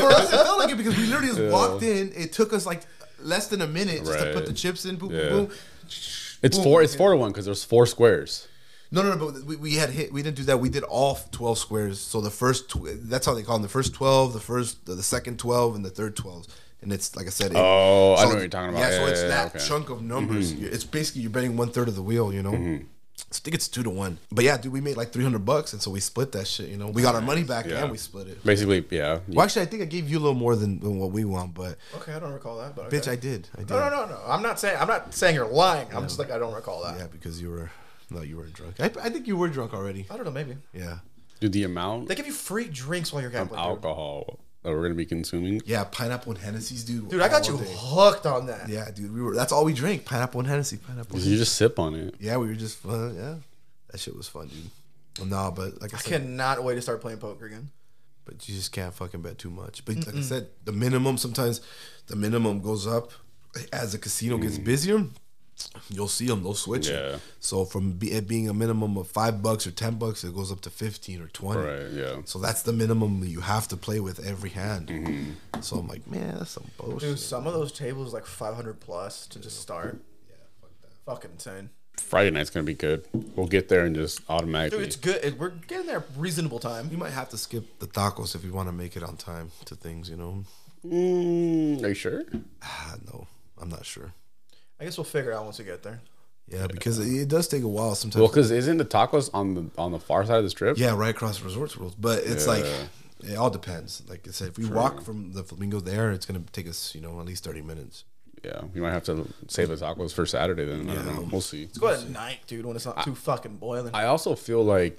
us, it felt like it because we literally just walked in. It took us like less than a minute just to Right. put the chips in. Boom, Yeah. boom, boom. it's four. It's four to one because there's four squares. No, no, no. But we, we had hit. We didn't do that. We did all twelve squares. So the first, tw- that's how they call them. The first twelve, the first, the, second twelve, and the third twelve. And it's like I said. It, Oh, I know what you're talking about. Yeah, so Yeah, it's yeah, that okay. Mm-hmm. chunk of numbers. You- It's basically you're betting one third of the wheel. You know. I think it's two to one, but yeah, dude, we made like three hundred bucks, and so we split that shit. You know, we got our money back Yeah. and we split it. Basically, yeah. Well, actually, I think I gave you a little more than, than what we want, but Okay, I don't recall that, but okay. bitch, I did. I did. No, no, no, no. I'm not saying I'm not saying you're lying. I'm just like I don't recall that. Yeah, because you were no, you weren't drunk. I, I think you were drunk already. I don't know. Maybe Yeah, Dude, the amount they give you free drinks while you're gambling. dude. alcohol that we're gonna be consuming. yeah, pineapple and Hennessy's, dude. Dude, I got all you day. hooked on that. Yeah, dude, we were. That's all we drank: pineapple and Hennessy. Pineapple. You just sip on it. Yeah, we were just fun. Yeah, that shit was fun, dude. Nah, but like I I said, cannot wait to start playing poker again. but you just can't fucking bet too much. But like I said, the minimum sometimes the minimum goes up as the casino gets busier. You'll see them; they'll switch Mm. Yeah. it. So from be, it being a minimum of five bucks or ten bucks, it goes up to fifteen or twenty. Right. Yeah. So that's the minimum that you have to play with every hand. Mm-hmm. So I'm like, man, that's some bullshit. Dude, some of those tables like 500 plus to just start. Yeah, fuck that. Fucking insane. Friday night's gonna be good. We'll get there and just automatically. Dude, it's good. It, we're getting there reasonable You time. might have to skip the tacos if you want to make it on time to things, you know? Mm, are you sure? Ah, no, I'm not sure. I guess we'll figure it out once we get there. Yeah, because it, it does take a while sometimes. Well, because isn't the tacos on the on the far side of the strip? yeah, right across Resorts World. But it's like, Yeah. it all depends. Like I said, if we walk from the Flamingo there, it's going to take us, you know, at least 30 minutes. Yeah. We might have to save the tacos for Saturday then. I don't know. We'll see. Let's go at night, dude, when it's not too fucking boiling. I also feel like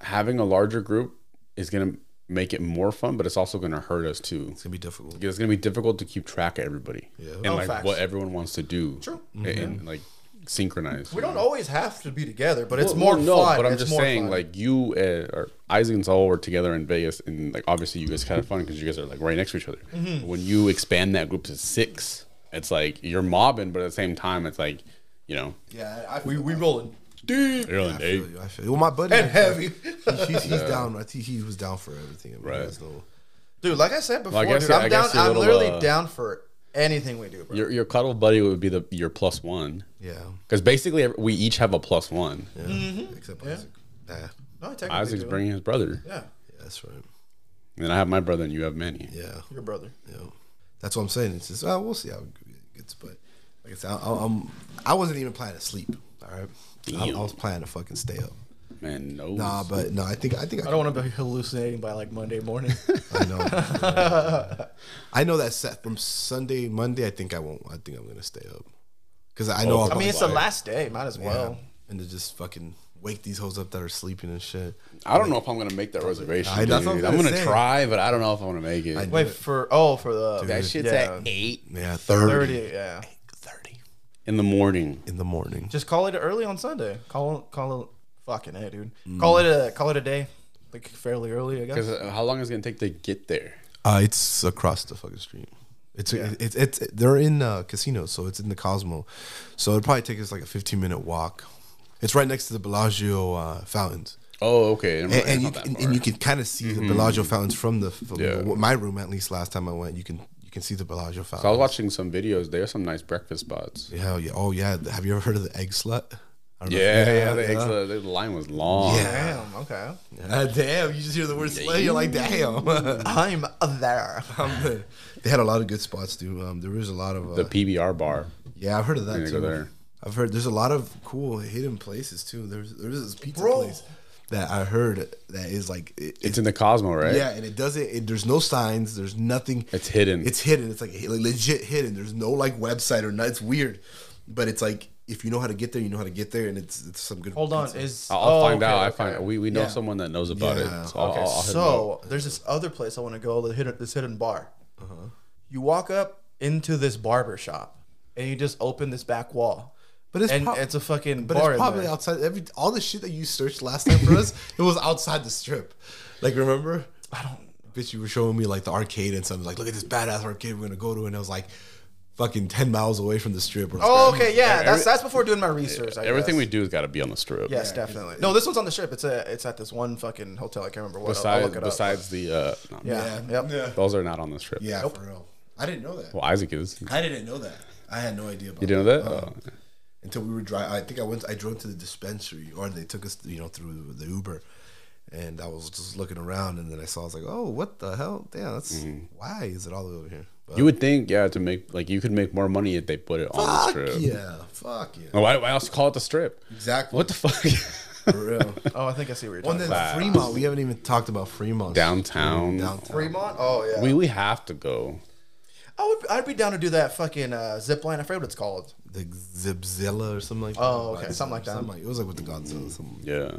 having a larger group is gonna make it more fun, but it's also gonna hurt us too. It's going to be difficult. It's gonna be difficult to keep track of everybody Yeah. and Oh, like facts. Mm-hmm. what everyone wants to do. True. And, and, like synchronize. we don't always have to be together, but it's Well, more well, no, fun. But I'm It's just more saying, fun. like you uh, or Isaac and Saul were together in Vegas, and like obviously you guys kind of fun because you guys are like right next to each other. Mm-hmm. When you expand that group to six, it's like you're mobbing, but at the same time, it's like you know, Yeah, I we we rolling deep you're like, I hey, feel you. I feel you. Well, my buddy, and heavy, he's, he's down. I think he was down for everything. I mean, he Right. has no- dude. Like I said before, I guess dude, your- I'm I down. guess your I'm little, literally uh, down for anything we do, bro. your your cuddle buddy would be the your plus one yeah. because basically every- we each have a plus one. Mm-hmm. Yeah. Except Isaac. Nah. No, I technically Isaac's do. bringing his brother, Yeah, Yeah, that's right. and then I have my brother, and you have Manny. Yeah. your brother. you know, that's what I'm saying. It's just, uh, we'll see how it gets. But like I said, I, I, I'm, I wasn't even planning to sleep. All right, I, I was planning to fucking stay up. Man, no. Nah, but no, I think I think I, I don't want to be hallucinating by like Monday morning. I know. I know that set from Sunday, Monday. I think I won't. I think I'm gonna stay up because I know. Oh, I'll I mean, it's oh. the last day. Might as yeah, well. and to just fucking wake these hoes up that are sleeping and shit. I don't know if I'm gonna make that reservation. I- that's what I'm dude. I'm, gonna gonna say. try, but I don't know if I'm gonna make it. I- Wait for oh for the that shit's yeah. at eight Yeah, thirty. thirty. Yeah, Thirty in the morning. in the morning. just call it early on Sunday. Call call it fucking it, dude. Call it a call it a day, like fairly early, I guess. Because uh, how long is it gonna take to get there? Uh, it's across the fucking street. It's it's it's they're in uh, casinos, so it's in the Cosmo, so it'd probably take us like a fifteen minute walk. It's right next to the Bellagio uh, fountains, Oh, okay. and, and you can, and you can kind of see the Bellagio fountains from the from Mm-hmm. Yeah. my room. At least last time I went, you can you can see the Bellagio fountains. I was watching some videos. There's some nice breakfast spots. Hell yeah! Oh yeah! Have you ever heard of the egg slut? I don't know if Yeah, you- yeah. the, Eggs, the, the line was long. Yeah. Damn. Okay. Ah, damn! You just hear the word slut, you're like, damn. I'm there. they had a lot of good spots, dude. Um, there was a lot of uh, The PBR bar. Yeah, I've heard of that to too. go there. I've heard there's a lot of cool hidden places too. There's there's this pizza Bro. place that I heard that is like it, It's in the Cosmo, right? yeah, and it doesn't. It, there's no signs. There's nothing. It's hidden. It's hidden. It's like, like legit hidden. There's no like website or not. It's weird, but it's like if you know how to get there, you know how to get there, and it's it's some good. Hold on. pizza. Is I'll, I'll oh, find okay, out. I okay. find we, we know Yeah. someone that knows about Yeah. it. So I'll- Okay, I'll, I'll hit them up. so there's this other place I want to go. The hidden, this hidden bar. Uh-huh. You walk up into this barber shop, and you just open this back wall. But it's and prob- it's a fucking But bar. it's in probably there. outside. Every all the shit that you searched last time for us, it was outside the strip. Like remember? I don't. Bitch, you were showing me like the arcade and something. Like, look at this badass arcade we're gonna go to, and I was like, fucking ten miles away from the strip. Or Oh, okay, yeah, that's every- that's before doing my research. I Everything we guess. do has got to be on the strip. Yes, definitely. No, this one's on the ship. It's a it's at this one fucking hotel. I can't remember what. I'll- I'll Besides, look it up. besides the uh, no, yeah, Yeah. yep. Yeah. those are not on the strip. Yeah, for real. I didn't know that. Well, Isaac is. You I didn't know that. I had no idea. About didn't know that? Uh, Oh. until we were driving. I think I went. I drove to the dispensary, or they took us, you know, through the Uber, and I was just looking around, and then I saw. I was like, "Oh, what the hell? Damn, that's why is it all over here?" But Mm-hmm. Oh. You would think, yeah, to make like you could make more money if they put it on the fuck strip. Oh, yeah, fuck yeah, Why, why else call it the strip? exactly. What the fuck? for real? Oh, I think I see where you're One talking. then about. Fremont. We haven't even talked about Fremont Downtown. Downtown. Fremont. Oh yeah. We we have to go. I would I'd be down to do that fucking uh, zip line. I forget what it's called. The Zipzilla or something like that. Oh, okay, something like that. it was like with the Godzilla. Something. Yeah.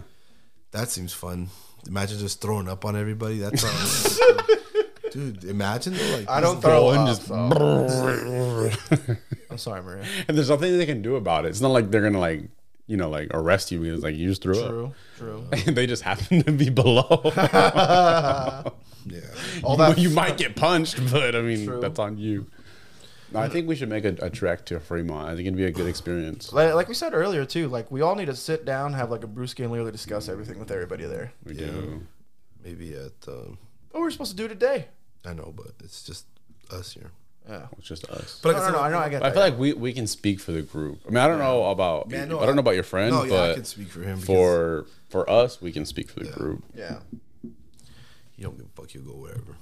That seems fun. Imagine just throwing up on everybody. That's sounds. Dude, imagine though, like I don't Go throw and up. just- so- I'm sorry, Maria. And there's nothing they can do about it. It's not like they're gonna like you know like arrest you because like you just threw up. True. True. And they just happen to be below. Yeah. All that- you, might get punched, but I mean True. that's on you. No, I think we should make a, a trek to Fremont. I think it'd be a good experience. Like, like we said earlier too, like we all need to sit down, have like a brewski, and literally discuss everything with everybody there. We do. Maybe at um, What we're supposed to do today? I know, but it's just us here. Yeah. It's just us. But No, no, no, I know. I get I that. feel like we, we can speak for the group. I mean, I don't know about Man, no, I don't I- know about your friend, no, yeah, but I can speak for him. because for for us, we can speak for the group. yeah. he don't give a fuck. He'll go wherever.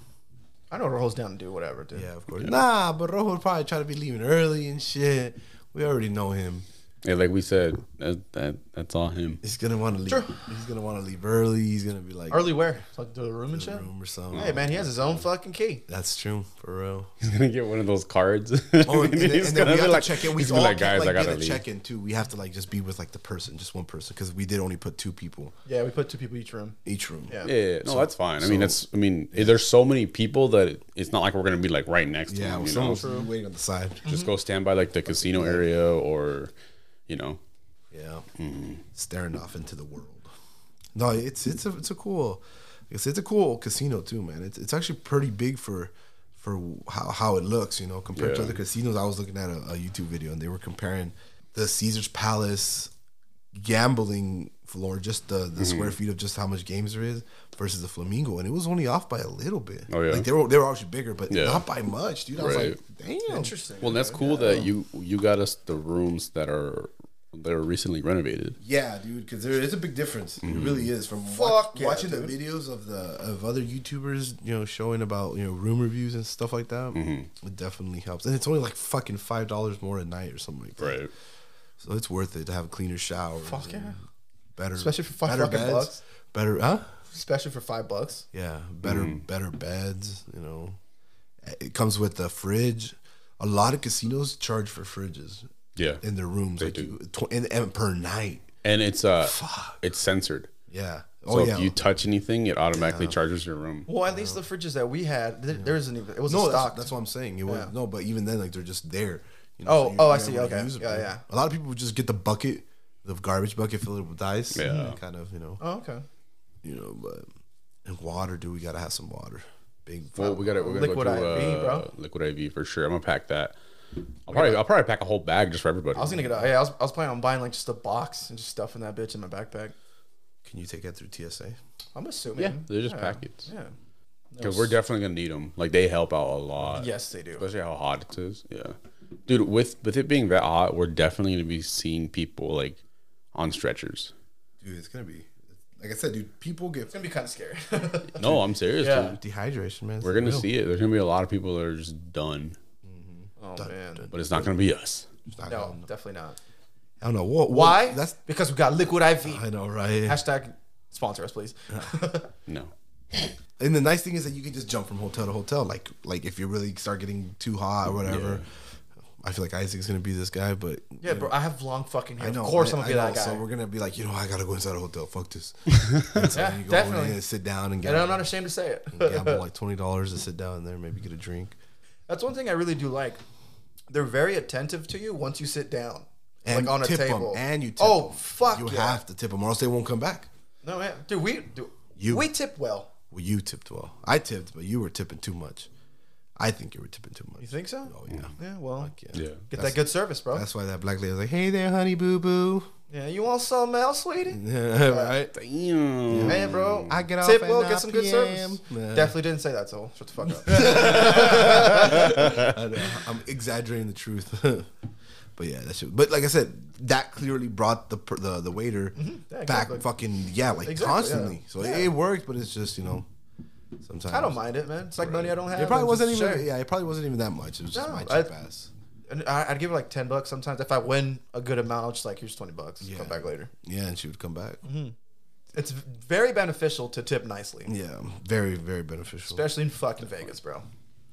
I know Roll's down to do whatever, dude. Yeah, of course. Nah, but Rojo would probably try to be leaving early and shit. We already know him. Yeah, like we said, that, that that's all him. He's gonna want to leave. Sure. He's gonna want to leave early. He's gonna be like Early where? Like to the room and shit. room or something. Hey man, he has his own fucking key. That's true for real. He's gonna get one of those cards. Oh, and, then- and He's then gonna we be have like- to check in. We he's all gonna be like, can't guys, like I gotta get a leave. check in too. We have to like just be with like the person, just one person, because we did only put two people Yeah, we put two people each room. each room. Yeah. Yeah, yeah, no, that's fine. I mean, that's I mean, there's so many people that it, it's not like we're gonna be like right next to yeah. them. Well, You know? someone's waiting on the side. Just go stand by like the casino area or, you know, Yeah, Mm-hmm. staring off into the world. No, it's it's a it's a cool, it's it's a cool casino too, man. It's it's actually pretty big for for how how it looks, you know, compared to Yeah. other casinos. I was looking at a, a YouTube video and they were comparing the Caesar's Palace gambling floor, just the the square Mm-hmm. feet of just how much games there is versus the Flamingo, and it was only off by a little bit. Oh, yeah. like they were they were actually bigger, but Yeah. not by much, dude. I was like, Right. damn, Interesting. Well, that's cool that you you got us the rooms that are that are recently renovated. Yeah, dude, because there is a big difference. It really is from wa- Fuck yeah, watching the videos of the of other YouTubers, you know, showing about you know room reviews and stuff like that. It definitely helps, and it's only like fucking five dollars more a night or something like that. So it's worth it to have cleaner showers. Fuck yeah. and better, Especially for five better fucking beds, bucks. better, huh? especially for five bucks. Yeah, better, better beds. You know, it comes with the fridge. A lot of casinos charge for fridges Yeah. in their rooms, like do. you, tw- and, and per night. And it's uh it's censored. Yeah. So Oh yeah. if you touch anything, it automatically charges your room. Well, at least the fridges that we had, th- there isn't even it was no, not that's, stocked. that's what I'm saying. It was, No, but even then, like they're just there. You know, Oh, you- oh, I you're see. able to Okay. use it, Yeah, bro. yeah. A lot of people would just get the bucket, the garbage bucket, fill it with ice. Yeah. and kind of, you know, oh, okay. you know, but and water, dude, we gotta have some water. Big. Well, we got to we're gonna Liquid go to, IV, uh, bro. Liquid IV for sure. I'm gonna pack that. I'll probably I'll probably pack a whole bag just for everybody. I was gonna get a, yeah, I was, I was planning on buying like just a box and just stuffing that bitch in my backpack. Can you take that through TSA? I'm assuming. yeah, they're just yeah. packets Yeah. because we're definitely gonna need them. Like they help out a lot. Yes, they do. especially how hot it is. Yeah, dude. With with it being that hot, we're definitely gonna be seeing people like on stretchers. Dude, it's gonna be. Like I said, dude, people get It's gonna be kind of scary. No, I'm serious. Yeah. Dude. dehydration, man. We're gonna see it. There's gonna be a lot of people that are just done, oh man. but it's not gonna be us. No, definitely not. I don't know what. what- Why? That's. Uh-huh. because we got liquid IV. I know, right? Hashtag sponsor us, please. No. And the nice thing is that you can just jump from hotel to hotel. Like like if you really start getting too hot or whatever. I feel like Isaac's gonna be this guy, but yeah, bro. I have long fucking hair. I know. of course, I, I, am gonna I be that know, guy. So we're gonna be like, you know, I gotta go inside a hotel. Fuck this. And so Yeah, you go definitely. in and sit down and and I'm gamble, not ashamed to say it. gamble like twenty dollars to sit down in there, maybe get a drink. That's one thing I really do like. They're very attentive to you once you sit down, And like on a tip 'em, table. and you tip oh 'em. fuck You yeah. have to tip them, or else they won't come back. no man, dude. We do You. we tip well. Well, you tipped well. I tipped, but you were tipping too much. I think you were tipping too much. You think so? Oh yeah. Yeah. Well, Yeah. get That's- that good service, bro. That's why that black lady was like, "Hey there, honey, boo boo." Yeah. You want some mail, sweetie? right. Damn. Man, bro, I get off Tip at well, 9 get some good PM. service. Yeah. Definitely didn't say that, so shut the fuck up. I know. I'm exaggerating the truth, but yeah, that shit. But like I said, that clearly brought the per- the, the waiter Mm-hmm. Yeah, back, exactly. fucking yeah, like Exactly, constantly. yeah. So Yeah. It, it worked, but it's just you know, sometimes I don't mind it, man. It's like money I don't have. It probably and wasn't just even share. yeah, it probably wasn't even that much. It was just No, my cheap I- ass. And I- I'd give her like ten bucks sometimes. If I win a good amount, I'll just like here's twenty bucks. Come back later. Yeah, and she would come back. Mm-hmm. It's very beneficial to tip nicely, Yeah, very very beneficial. especially in fucking Vegas, bro.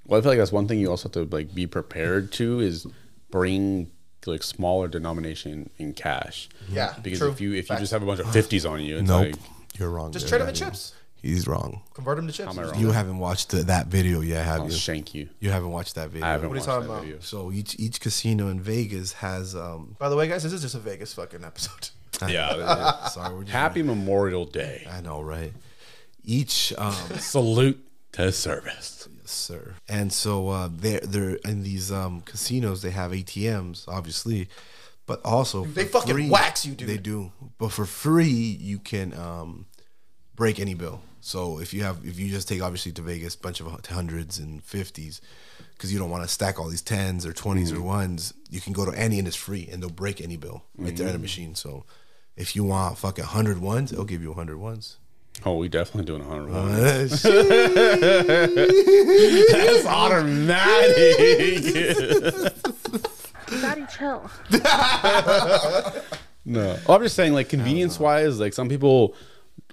Well, I feel like that's one thing you also have to like be prepared to is bring like smaller denomination in cash. Yeah, Because true. if you if Facts. you just have a bunch of fifties on you, it's nope, like you're wrong. Just there, trade them in Daniel. chips. He's wrong. Convert them to chips. am I wrong? You haven't watched the, that video yet, have I'll you? shank you. you haven't watched that video. I haven't What are you watched talking that about? video. So each each casino in Vegas has um. By the way, guys, this is just a Vegas fucking episode. Yeah. Sorry, we're just Happy Memorial Day. I know, right? Each, um, Salute to service. yes, sir. And so uh, they're they're in these um, casinos. They have ATMs, obviously, but also They for fucking wax you, dude. They do, but for free you can um, break any bill. So if you have, if you just take obviously to Vegas, bunch of hundreds and fifties, because you don't want to stack all these tens or 20s Mm. or ones, you can go to any and it's free, and they'll break any bill right there in Mm. the machine. So if you want fucking hundred ones, they'll give you hundred ones. Oh, we definitely doing a hundred one. Shit. That's automatic. Daddy, chill. No, Well, I'm just saying, like convenience wise, like some people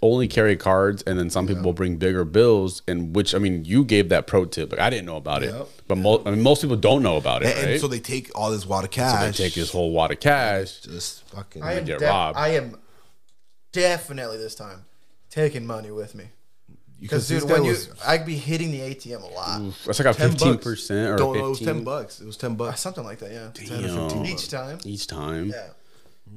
only carry cards, and then some people bring bigger bills. And which, I mean, you gave that pro tip. Like I didn't know about Yep. it, but mo- I mean, most people don't know about it, And, and right? so they take all this wad of cash. they take this whole wad of cash. just fucking. I am, get def- robbed. I am definitely this time taking money with me. Because this dude, guy when you, was- I'd be hitting the ATM a lot, That's like a 10 fifteen bucks. percent or Don't know, it was ten fifteen bucks. It was ten bucks. Uh, something like that. Yeah, Ten or fifteen. each time. each time. Yeah,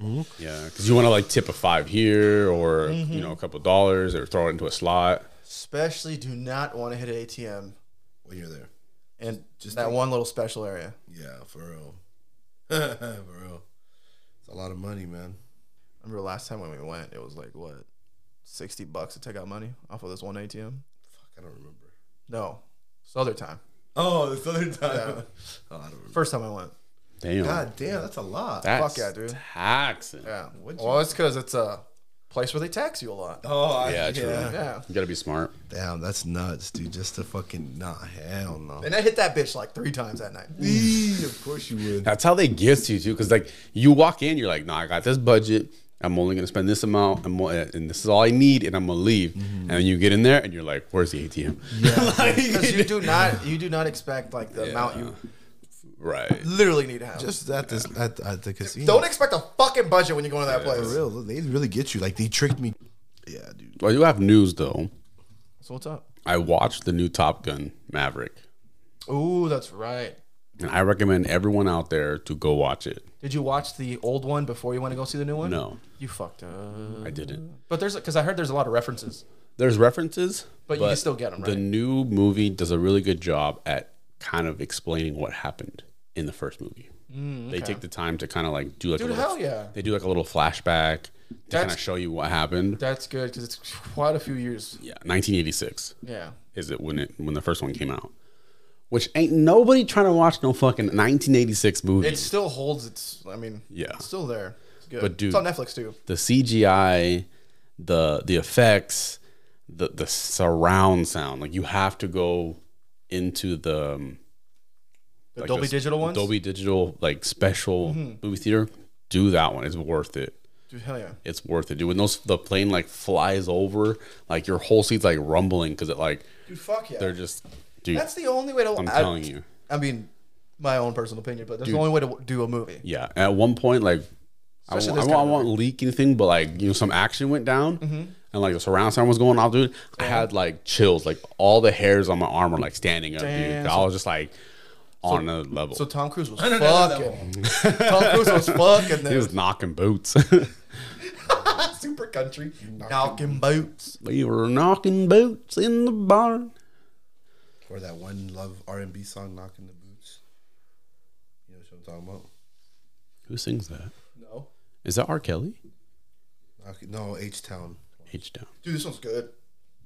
Mm-hmm. Yeah, because you want to like tip a five here, or you know, a couple dollars, or throw it into a slot. especially do not want to hit an ATM When you're there, and just that one little special area. yeah, for real, for real. It's a lot of money, man. remember last time when we went, it was like what, sixty bucks to take out money off of this one ATM. Fuck, I don't remember. No, it's the other time. Oh, this other time. Oh, I don't remember. First time I went. Damn, God damn, that's a lot. that's yeah, dude. taxing. Yeah. What'd Well, it's because it's a place where they tax you a lot. oh, I, Yeah, true. Yeah. You gotta be smart. Damn, that's nuts, dude. Just to fucking nah, hell no. And I hit that bitch like three times that night. Eee, of course you would. That's how they get you too, because like you walk in, you're like, "Nah, I got this budget. I'm only going to spend this amount. I'm, o- and this is all I need, and I'm going to leave. And then you get in there, and you're like, "Where's the ATM?" Because you do not you do not expect like the amount you right. literally need to have. Just at this at, at the casino. don't expect a fucking budget when you go into that place. For real, they really get you. Like they tricked me. Yeah, dude. Well, you have news though. So what's up? I watched the new Top Gun Maverick, Ooh, that's right. and I recommend everyone out there to go watch it. Did you watch the old one before you went to go see the new one? No, You fucked up. I didn't. But there's because I heard there's a lot of references. There's references, But you can still get 'em, The right? new movie does a really good job at kind of explaining what happened in the first movie. They take the time to kind of like do like Mm, Dude, a little, hell yeah. they do like a little flashback to kind of That's- show you what happened. That's good because it's quite a few years. yeah, 1986 Yeah. is it when it when the first one came out, which ain't nobody trying to watch no fucking 1986 movie. It still holds its. I mean, Yeah. it's still there. It's good. But dude- it's on Netflix too. the CGI, the the effects, the the surround sound. Like you have to go into the um, The like Dolby this Digital ones. Mm-hmm. Dolby Digital like special movie theater. Do that one. It's worth it. Dude, hell yeah. It's worth it. Dude, when those the plane like flies over, like your whole seat's like rumbling because it like Dude, fuck yeah. they're just dude. that's the only way to. I'm I- telling you. I mean, my own personal opinion, but that's the only way to do a movie. Yeah. And at one point, like, I, won't, Especially I, this won't, I kind of Mm-hmm. won't leak anything, but like, you know, some action went down and like the surround sound was going off, dude. I had like chills. Like, all the hairs on my arm are like standing up, Damn. dude. I was just like on another level. So Tom Cruise was no, no, fucking. Tom Cruise was fucking he there. was knocking boots. super country, knocking boots. we were knocking boots in the barn. Or that one love R and B song, "Knocking the Boots." You know what I'm talking about? Who sings that? No, Is that R. Kelly? Knock- No, H Town. H down. dude, this one's good.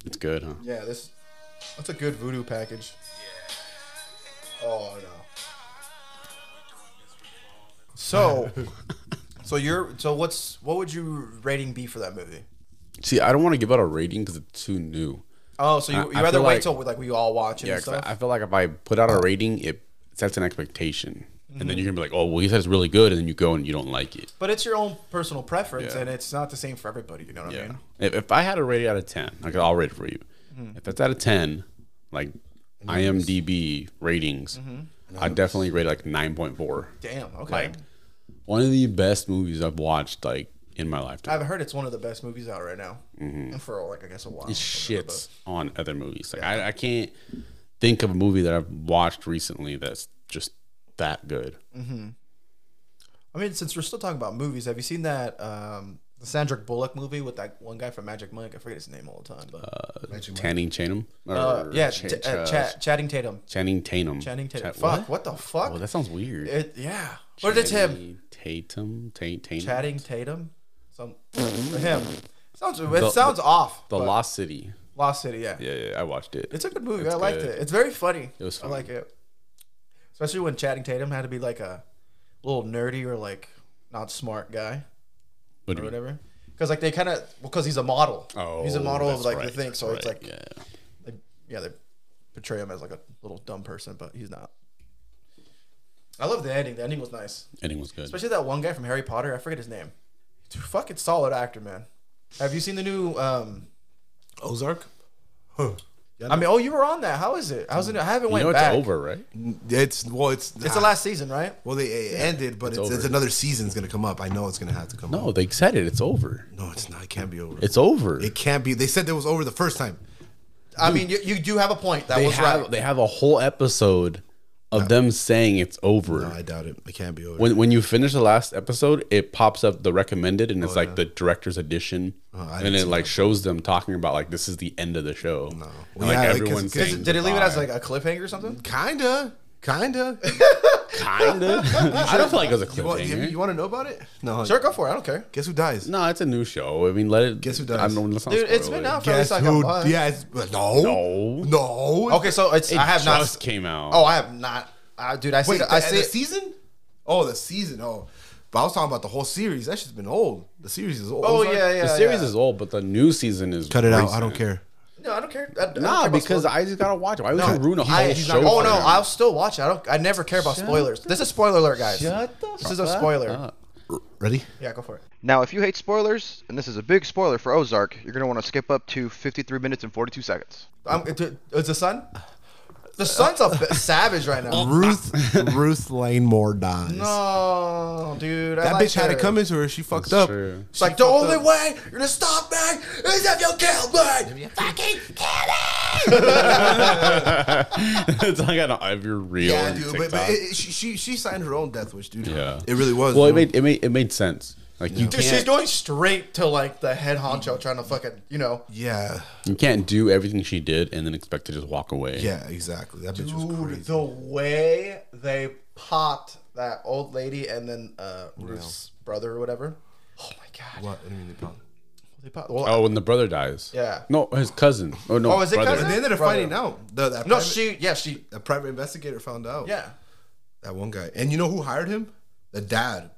It's good, huh? Yeah, this that's a good voodoo package. Oh no. So, so you're so what's what would your rating be for that movie? See, I don't want to give out a rating because it's too new. Oh, so you, I- you I rather feel wait like- till like we all watch it Yeah, and 'cause stuff. I I feel like if I put out a rating, it sets an expectation. And then you're going to be like, oh, well, he said it's really good. And then you go and you don't like it. but it's your own personal preference, Yeah. and it's not the same for everybody. You know what I mean? If, if I had a rate out of 10, like I'll rate it for you. If it's out of 10, like IMDb ratings, I definitely rate like 9.4. Damn. Okay. Like one of the best movies I've watched like in my lifetime. I've heard it's one of the best movies out right now, Mm-hmm. and for like I guess a while. It shits on other movies. Like I, I can't think of a movie that I've watched recently that's just that good. I mean, since we're still talking about movies, have you seen that um, the Sandra Bullock movie with that one guy from Magic Mike? I forget his name all the time, but Magic Mike. Tanning Tatum? Or uh, yeah, Ch- Ch- uh, Ch- Cha- Channing Tatum. Channing Tatum. Channing Cha- Tatum. What? fuck, what? the fuck? Oh, that sounds weird. it, yeah, but it's him. Channing Tatum. Ta- Tatum. Channing Tatum. Some him. Sounds it The- sounds off. The but- Lost City. Lost City. Yeah. Yeah, yeah, I watched it. it's a good movie. It's I liked good. it. It's very funny. It was I funny. like it, especially when Channing Tatum had to be like a little nerdy or like not smart guy. What do or you mean? whatever. Because like they kind of because he's a model. Mm-hmm. Oh, he's a model of that's like the right, thing. that's So it's right, like yeah. they, yeah, they portray him as like a little dumb person, but he's not. I love the ending. The ending was nice, ending was good. especially that one guy from Harry Potter. I forget his name. Dude, fucking solid actor, man. Have you seen the new? um Ozark. Huh. Yeah, I mean, oh, you were on that. How is it? How's it? I haven't you went know it's back. over, Ah. right? it's well, it's ah, It's the last season, right? Well, they it ended, but it's, it's, over. another season's gonna come up. I know it's gonna have to come. up. No, they said it. It's over. no, it's not. It can't be over. It's over. it can't be. They said it was over the first time. I mean, you, you do have a point. That they was have right. they have a whole episode of them saying it's over. No, I doubt it. It can't be over. when when you finish the last episode, it pops up the recommended, and it's like the director's edition, Oh, I and didn't it like shows them talking about like this is the end of the show. No, Well, like yeah, like, 'cause- everyone's 'cause it- saying Did it leave it as goodbye. like a cliffhanger or something? kinda, kinda. kinda? I don't feel like it was a you, want, cliffhanger. to know about it? No. Sure, go for it. I don't care. Guess who dies? no, it's a new show. I mean, let it. Guess who I dies? don't, let's not Dude, it's spoil been it. out for at Guess least like a who? month. Yeah. It's, but no. No. No. Okay, so it's It I have just not came out. Oh, I have not. Uh, dude, I see. Wait, it- the, I see. the it- season? Oh, the season. Oh, but I was talking about the whole series. That shit's been old. The series is old. oh Ozark? yeah, yeah. the series yeah. is old, but the new season is Cut it out. I recent. don't care. No, I don't care. I, I don't care Nah, about because spoilers. I just gotta watch it. Why would you ruin a whole I, show? oh for no, them? I'll still watch it. I don't. I never care about spoilers. This is spoiler alert, guys. Shut the This is a spoiler. fuck up. Ready? Yeah, go for it. Now, if you hate spoilers, and this is a big spoiler for Ozark, you're going to want to skip up to 53 minutes and 42 seconds. I'm, it- it's the sun. The sun's a bit savage right now. Ruth Ruth Lane Moore dies. No, Oh, dude. I That like bitch had her. it coming to her. She fucked That's up. true. It's like the only way you're gonna stop me is if you kill me. Fucking kill me. it's like an every reel. Yeah, on dude. TikTok. But, but it, it- she, she she signed her own death wish, dude. Yeah. it really was. well, it dude. made it made it made sense. Like you Dude, can't she's going straight to like the head honcho trying to fucking, you know. yeah, you can't do everything she did and then expect to just walk away. yeah, exactly. That bitch was Dude, crazy. the way they popped that old lady and then uh, Ruth's brother or whatever. Oh my god. What? I mean, they probably- They popped, well, Oh, when the brother dies. Yeah. No, his cousin. Oh no. Oh, is it brother. cousin? They ended up Brother. finding out. The, that no, private, she, yeah, she, that private investigator found out. yeah. that one guy. And you know who hired him? The dad.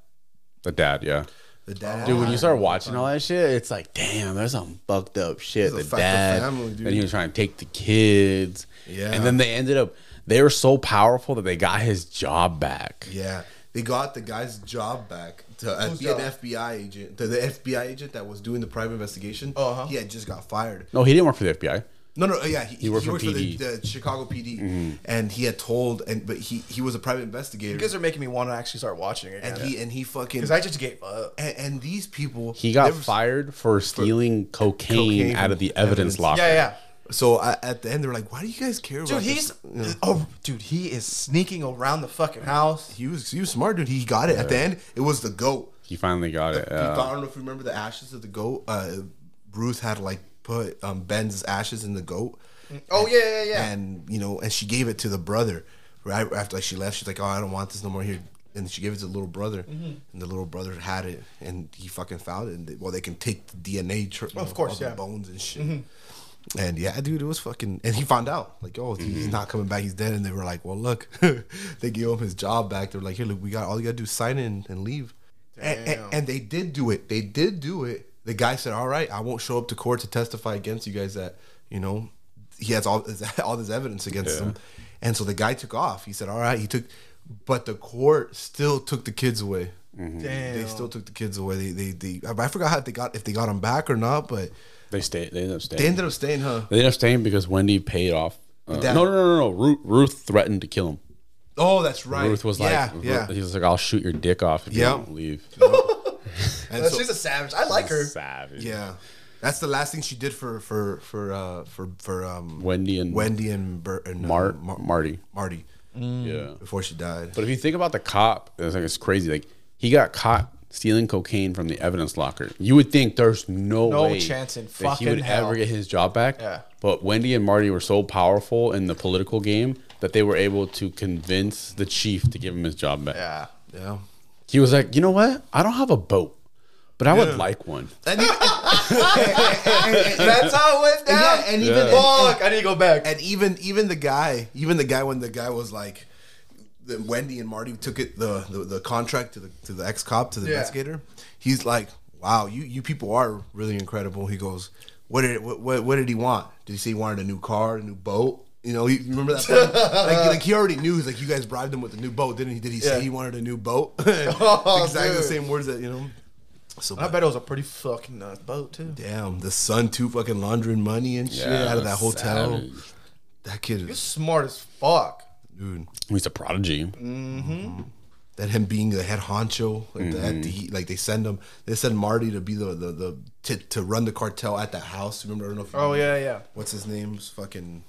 The dad. Yeah. The dad. Dude, when you start watching all that shit, it's like, damn, there's some fucked up shit. He's a The fucked up dad, family, dude. and he was trying to take the kids. Yeah. And then they ended up. They were so powerful that they got his job back. Yeah, they got the guy's job back to uh, Whose be an job? FBI agent. The, the FBI agent that was doing the private investigation. Uh-huh. He had just got fired. No, he didn't work for the FBI. No, no, uh, yeah, he, he worked worked, for Mm-hmm. for, the, PD. the Chicago PD, and he had told, and but he he was a private investigator, You guys are making me want to actually start watching again. and he and he fucking Because I just gave up. and, and these people He got there was- fired for stealing cocaine, cocaine out of the evidence, evidence. locker. Yeah, yeah. So I, at the end, they were like, "Why do you guys care?" Dude, about he's this?" You know, oh, dude, he is sneaking around the fucking house. he was he was smart, dude. He got it at the end. It was the goat. He finally got it. People- I Yeah. don't know if you remember the ashes of the goat. Uh, Ruth had like put um, Ben's ashes in the goat. Oh yeah, yeah, yeah. and you know, and she gave it to the brother right after like she left. She's like, "Oh, I don't want this no more here," and she gave it to the little brother, Mm-hmm. and the little brother had it, and he fucking found it. And they, well, they can take the DNA, tr- Of course, the yeah. Mm-hmm. bones and shit. And yeah, dude, it was fucking. And he found out, like, oh, he's not coming back. He's dead. And they were like, well, look, they gave him his job back. They were like, here, look, we got all you gotta do is sign in and leave. And, and, and they did do it. They did do it. The guy said, all right, I won't show up to court to testify against you guys. That you know, he has all his, all this evidence against him. And so the guy took off. He said, all right, he took, but the court still took the kids away. Damn. They still took the kids away. They, they, they. I forgot how they got if they got them back or not, but They stayed. They ended up staying. they ended up staying, huh? They ended up staying because Wendy paid off. Uh, That- no, no, no, no, no. Ruth, Ruth threatened to kill him. Oh, that's right. Ruth was yeah, like, yeah. he was like, I'll shoot your dick off if Yeah. you don't leave. And Uh, so- she's a savage. I like her. Savage. yeah, that's the last thing she did for for for uh, for for um, Wendy and Wendy and, Bert and uh, Mart, Mar- Marty. Marty Yeah. before she died. But if you think about the cop, it's like it's crazy. Like he got caught stealing cocaine from the evidence locker. You would think there's no, No way chance in that he would fucking hell. ever get his job back. Yeah. But Wendy and Marty were so powerful in the political game that they were able to convince the chief to give him his job back. Yeah. yeah, He was like, you know what? I don't have a boat, but I would like one. and even, That's how it went down. Yeah, and even- fuck, I need to go back. and even even the guy, even the guy when the guy was like, the Wendy and Marty took it the the, the contract to the to the ex cop to the Yeah. investigator. He's like, wow, you you people are really incredible. He goes, what did what what, what did he want? Did he say he wanted a new car, a new boat? You know, he, remember that? part? like, like he already knew. He's like, you guys bribed him with a new boat, didn't he? Did he Yeah. Oh, say he wanted a new boat? exactly the dude. same words that you know. So I bet it was a pretty fucking nice boat too. damn, the son too fucking laundering money and shit out of that hotel. Savage. That kid You're is smart as fuck. dude. He's a prodigy. that him being the head honcho, like, that he, like they send him, they send Marty to be the the, the to, to run the cartel at that house. Remember, I don't know if you Oh yeah, yeah. what's his name's fucking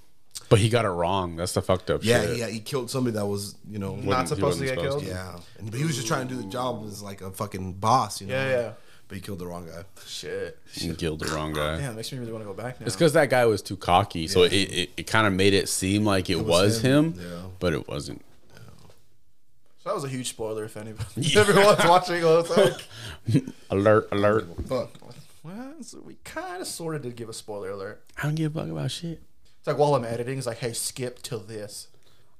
But he got it wrong. That's the fucked up yeah, shit. yeah, he killed somebody that was you know Not he supposed wasn't to get supposed killed. to. yeah, and, but he was just trying to do the job as like a fucking boss, you know. Yeah, yeah. But he killed the wrong guy. Shit. He killed the wrong guy. Damn, makes me really want to go back now. It's because that guy was too cocky, so it, it, it kind of made it seem like it, was, was him. him, Yeah. but it wasn't. So that was a huge spoiler if anybody, if everyone's watching. I was like, Alert! Alert! Fuck. well, so we kind of sort of did give a spoiler alert. I don't give a fuck about shit. It's like while I'm editing, it's like, hey, skip to this.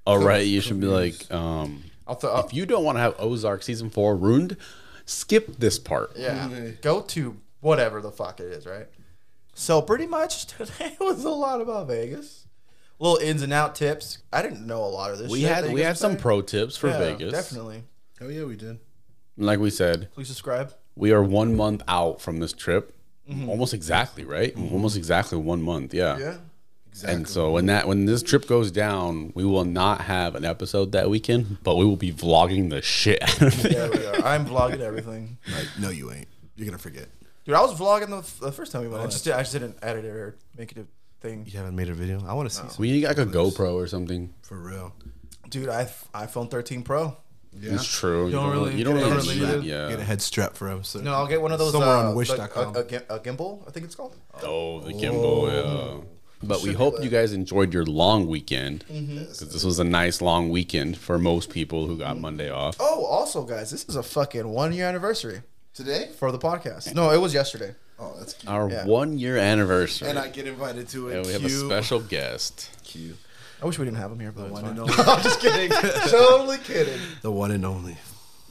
All right, you should be like, um, I'll throw. I'll- if you don't want to have Ozark season four ruined, skip this part. Yeah. Go to whatever the fuck it is, right? So pretty much today was a lot about Vegas. Little ins and out tips. I didn't know a lot of this. we shit had that you we guys had were some saying. pro tips for Yeah, Vegas. Definitely. Oh yeah, we did. like we said, Please subscribe. we are one month out from this trip. Almost exactly, right? Almost exactly one month. Yeah. Yeah, exactly. And so when that when this trip goes down, we will not have an episode that weekend, but we will be vlogging the shit out of it. There we are. I'm vlogging everything. Like, no, you ain't. You're gonna forget. Dude, I was vlogging the, f- the first time we went. I just did, I just didn't edit it or make it a thing. You haven't made a video. I want to see some We need like a GoPro or something. for real. Dude, I f- iPhone 13 Pro. Yeah. It's true. You Don't really- you don't you don't really really need need that. it. Yeah. Get a head strap for him. So. No, I'll get one of those. Somewhere on uh, Wish like dot A, com. a, gim- a gimbal, I think it's called. Oh, the gimbal. Yeah. But we hope you guys enjoyed your long weekend 'cause this was a nice long weekend for most people who got Monday off. Oh, also, guys, this is a fucking one year anniversary Today? for the podcast. No, it was yesterday. Oh, that's cute. Our yeah. one year anniversary. And I get invited to it. and we have a Cute. special guest. Cute. I wish we didn't have him here, but One it's fine. and only. I'm just kidding. totally kidding. the one and only.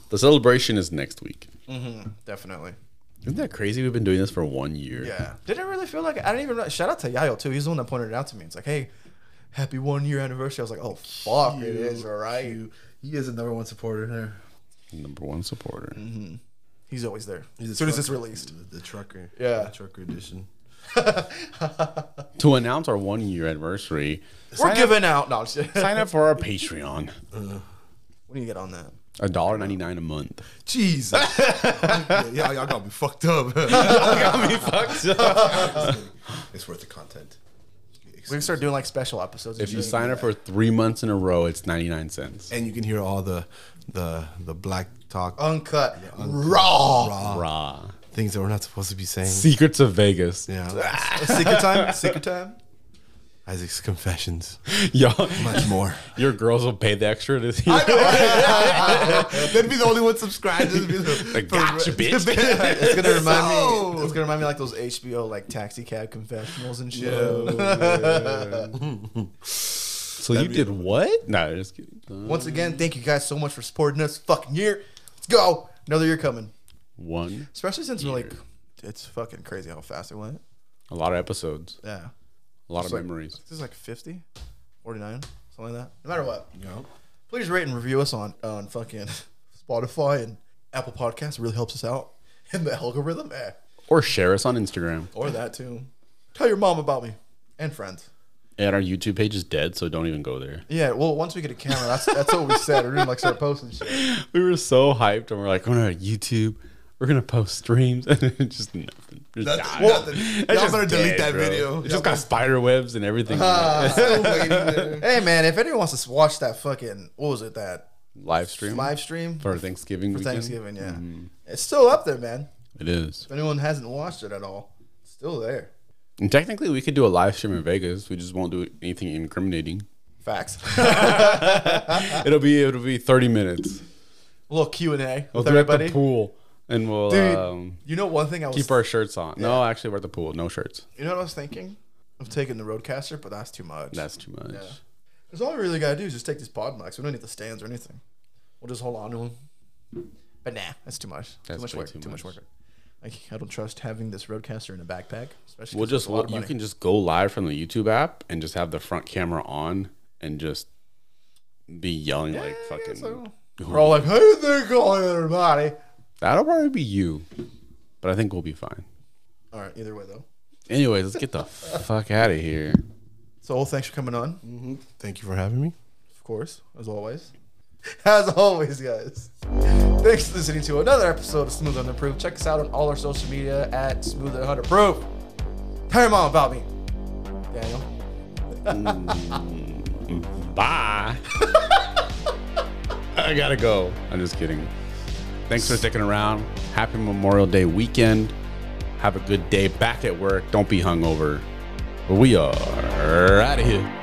The celebration is next week. Definitely. Isn't that crazy? We've been doing this for one year. Yeah. Didn't it really feel like I didn't even know- shout out to Yayo too. He's the one that pointed it out to me. It's like, hey, happy one year anniversary. I was like, oh fuck, it is all right. Cute. He is a number one supporter there. Number one supporter. He's always there. He's a As soon as it's trucker. released. The, the trucker. Yeah. The trucker edition. To announce our one year anniversary, We're sign giving out. No, I'm just Up, sign up for our Patreon. When you get on that, A dollar ninety nine a month. Jesus. yeah, y'all, y'all got me fucked up. y'all got me fucked up. it's worth the content. we can start doing like special episodes. If you sign up for three months in a row, it's ninety nine cents. And you can hear all the the the black talk uncut, Uh, raw. raw Rah. things that we're not supposed to be saying. Secrets of Vegas. Yeah. secret time. Secret time. Isaac's confessions. Y'all, Much more. your girls will pay the extra to see. They'd be the only one subscribed. They'd be the- Like, gotcha, bitch. It's gonna remind So- me. It's gonna remind me like those HBO like taxi cab confessionals and shit. so you did what? No, just kidding. Uh, Once again, thank you guys so much for supporting us. Fucking year. Let's go. Another year coming. One, Especially since we're like, it's fucking crazy how fast it went. a lot of episodes, Yeah. a lot of like- memories. This is like 50, 49, something like that. No matter what. No. please rate and review us on on fucking Spotify and Apple Podcasts. It really helps us out in the algorithm. Eh. Or share us on Instagram. Or that too. Tell your mom about me and friends. And our YouTube page is dead, so don't even go there. Yeah, well, once we get a camera, that's that's what we said. We're gonna like start posting shit. We were so hyped, and we're like, we're on YouTube. We're gonna post streams, and then just nothing. Just died. Well, It's y'all just better delete dead, that bro. video. It just got spider webs and everything. Hey man, if anyone wants to s- watch that fucking what was it that live stream live stream for Thanksgiving for Mm-hmm. weekend. Thanksgiving? Yeah, it's still up there, man. It is. If anyone hasn't watched it at all, it's still there. And technically, we could do a live stream in Vegas. We just won't do anything incriminating. Facts. It'll be it'll be thirty minutes. little Q and A We'll with do it at the everybody. pool, and we'll Dude, um, you know one thing I was keep our shirts on. No, actually, we're at the pool. No shirts. You know what I was thinking? Of taking the roadcaster, but that's too much. That's too much. Because all we really gotta do is just take these pod mics. We don't need the stands or anything. We'll just hold on to them. But nah, that's too much. That's too much way work. too Too, much. much. work. Like I don't trust having this roadcaster in a backpack. Especially We'll 'cause it's just a lot of you money. can just go live from the YouTube app and just have the front camera on and just be yelling like Yeah, I guess fucking. so. We're all like, hey there, going everybody. That'll probably be you, but I think we'll be fine. All right. Either way though. Anyways, let's get the fuck out of here. So well, thanks for coming on. Thank you for having me. Of course, as always. As always, guys. Thanks for listening to another episode of Smooth Under Proof. Check us out on all our social media at Smooth Under Proof. Tell your mom about me, Daniel. Bye. I gotta go. I'm just kidding. Thanks for sticking around. Happy Memorial Day weekend. Have a good day back at work. Don't be hungover. We are out of here.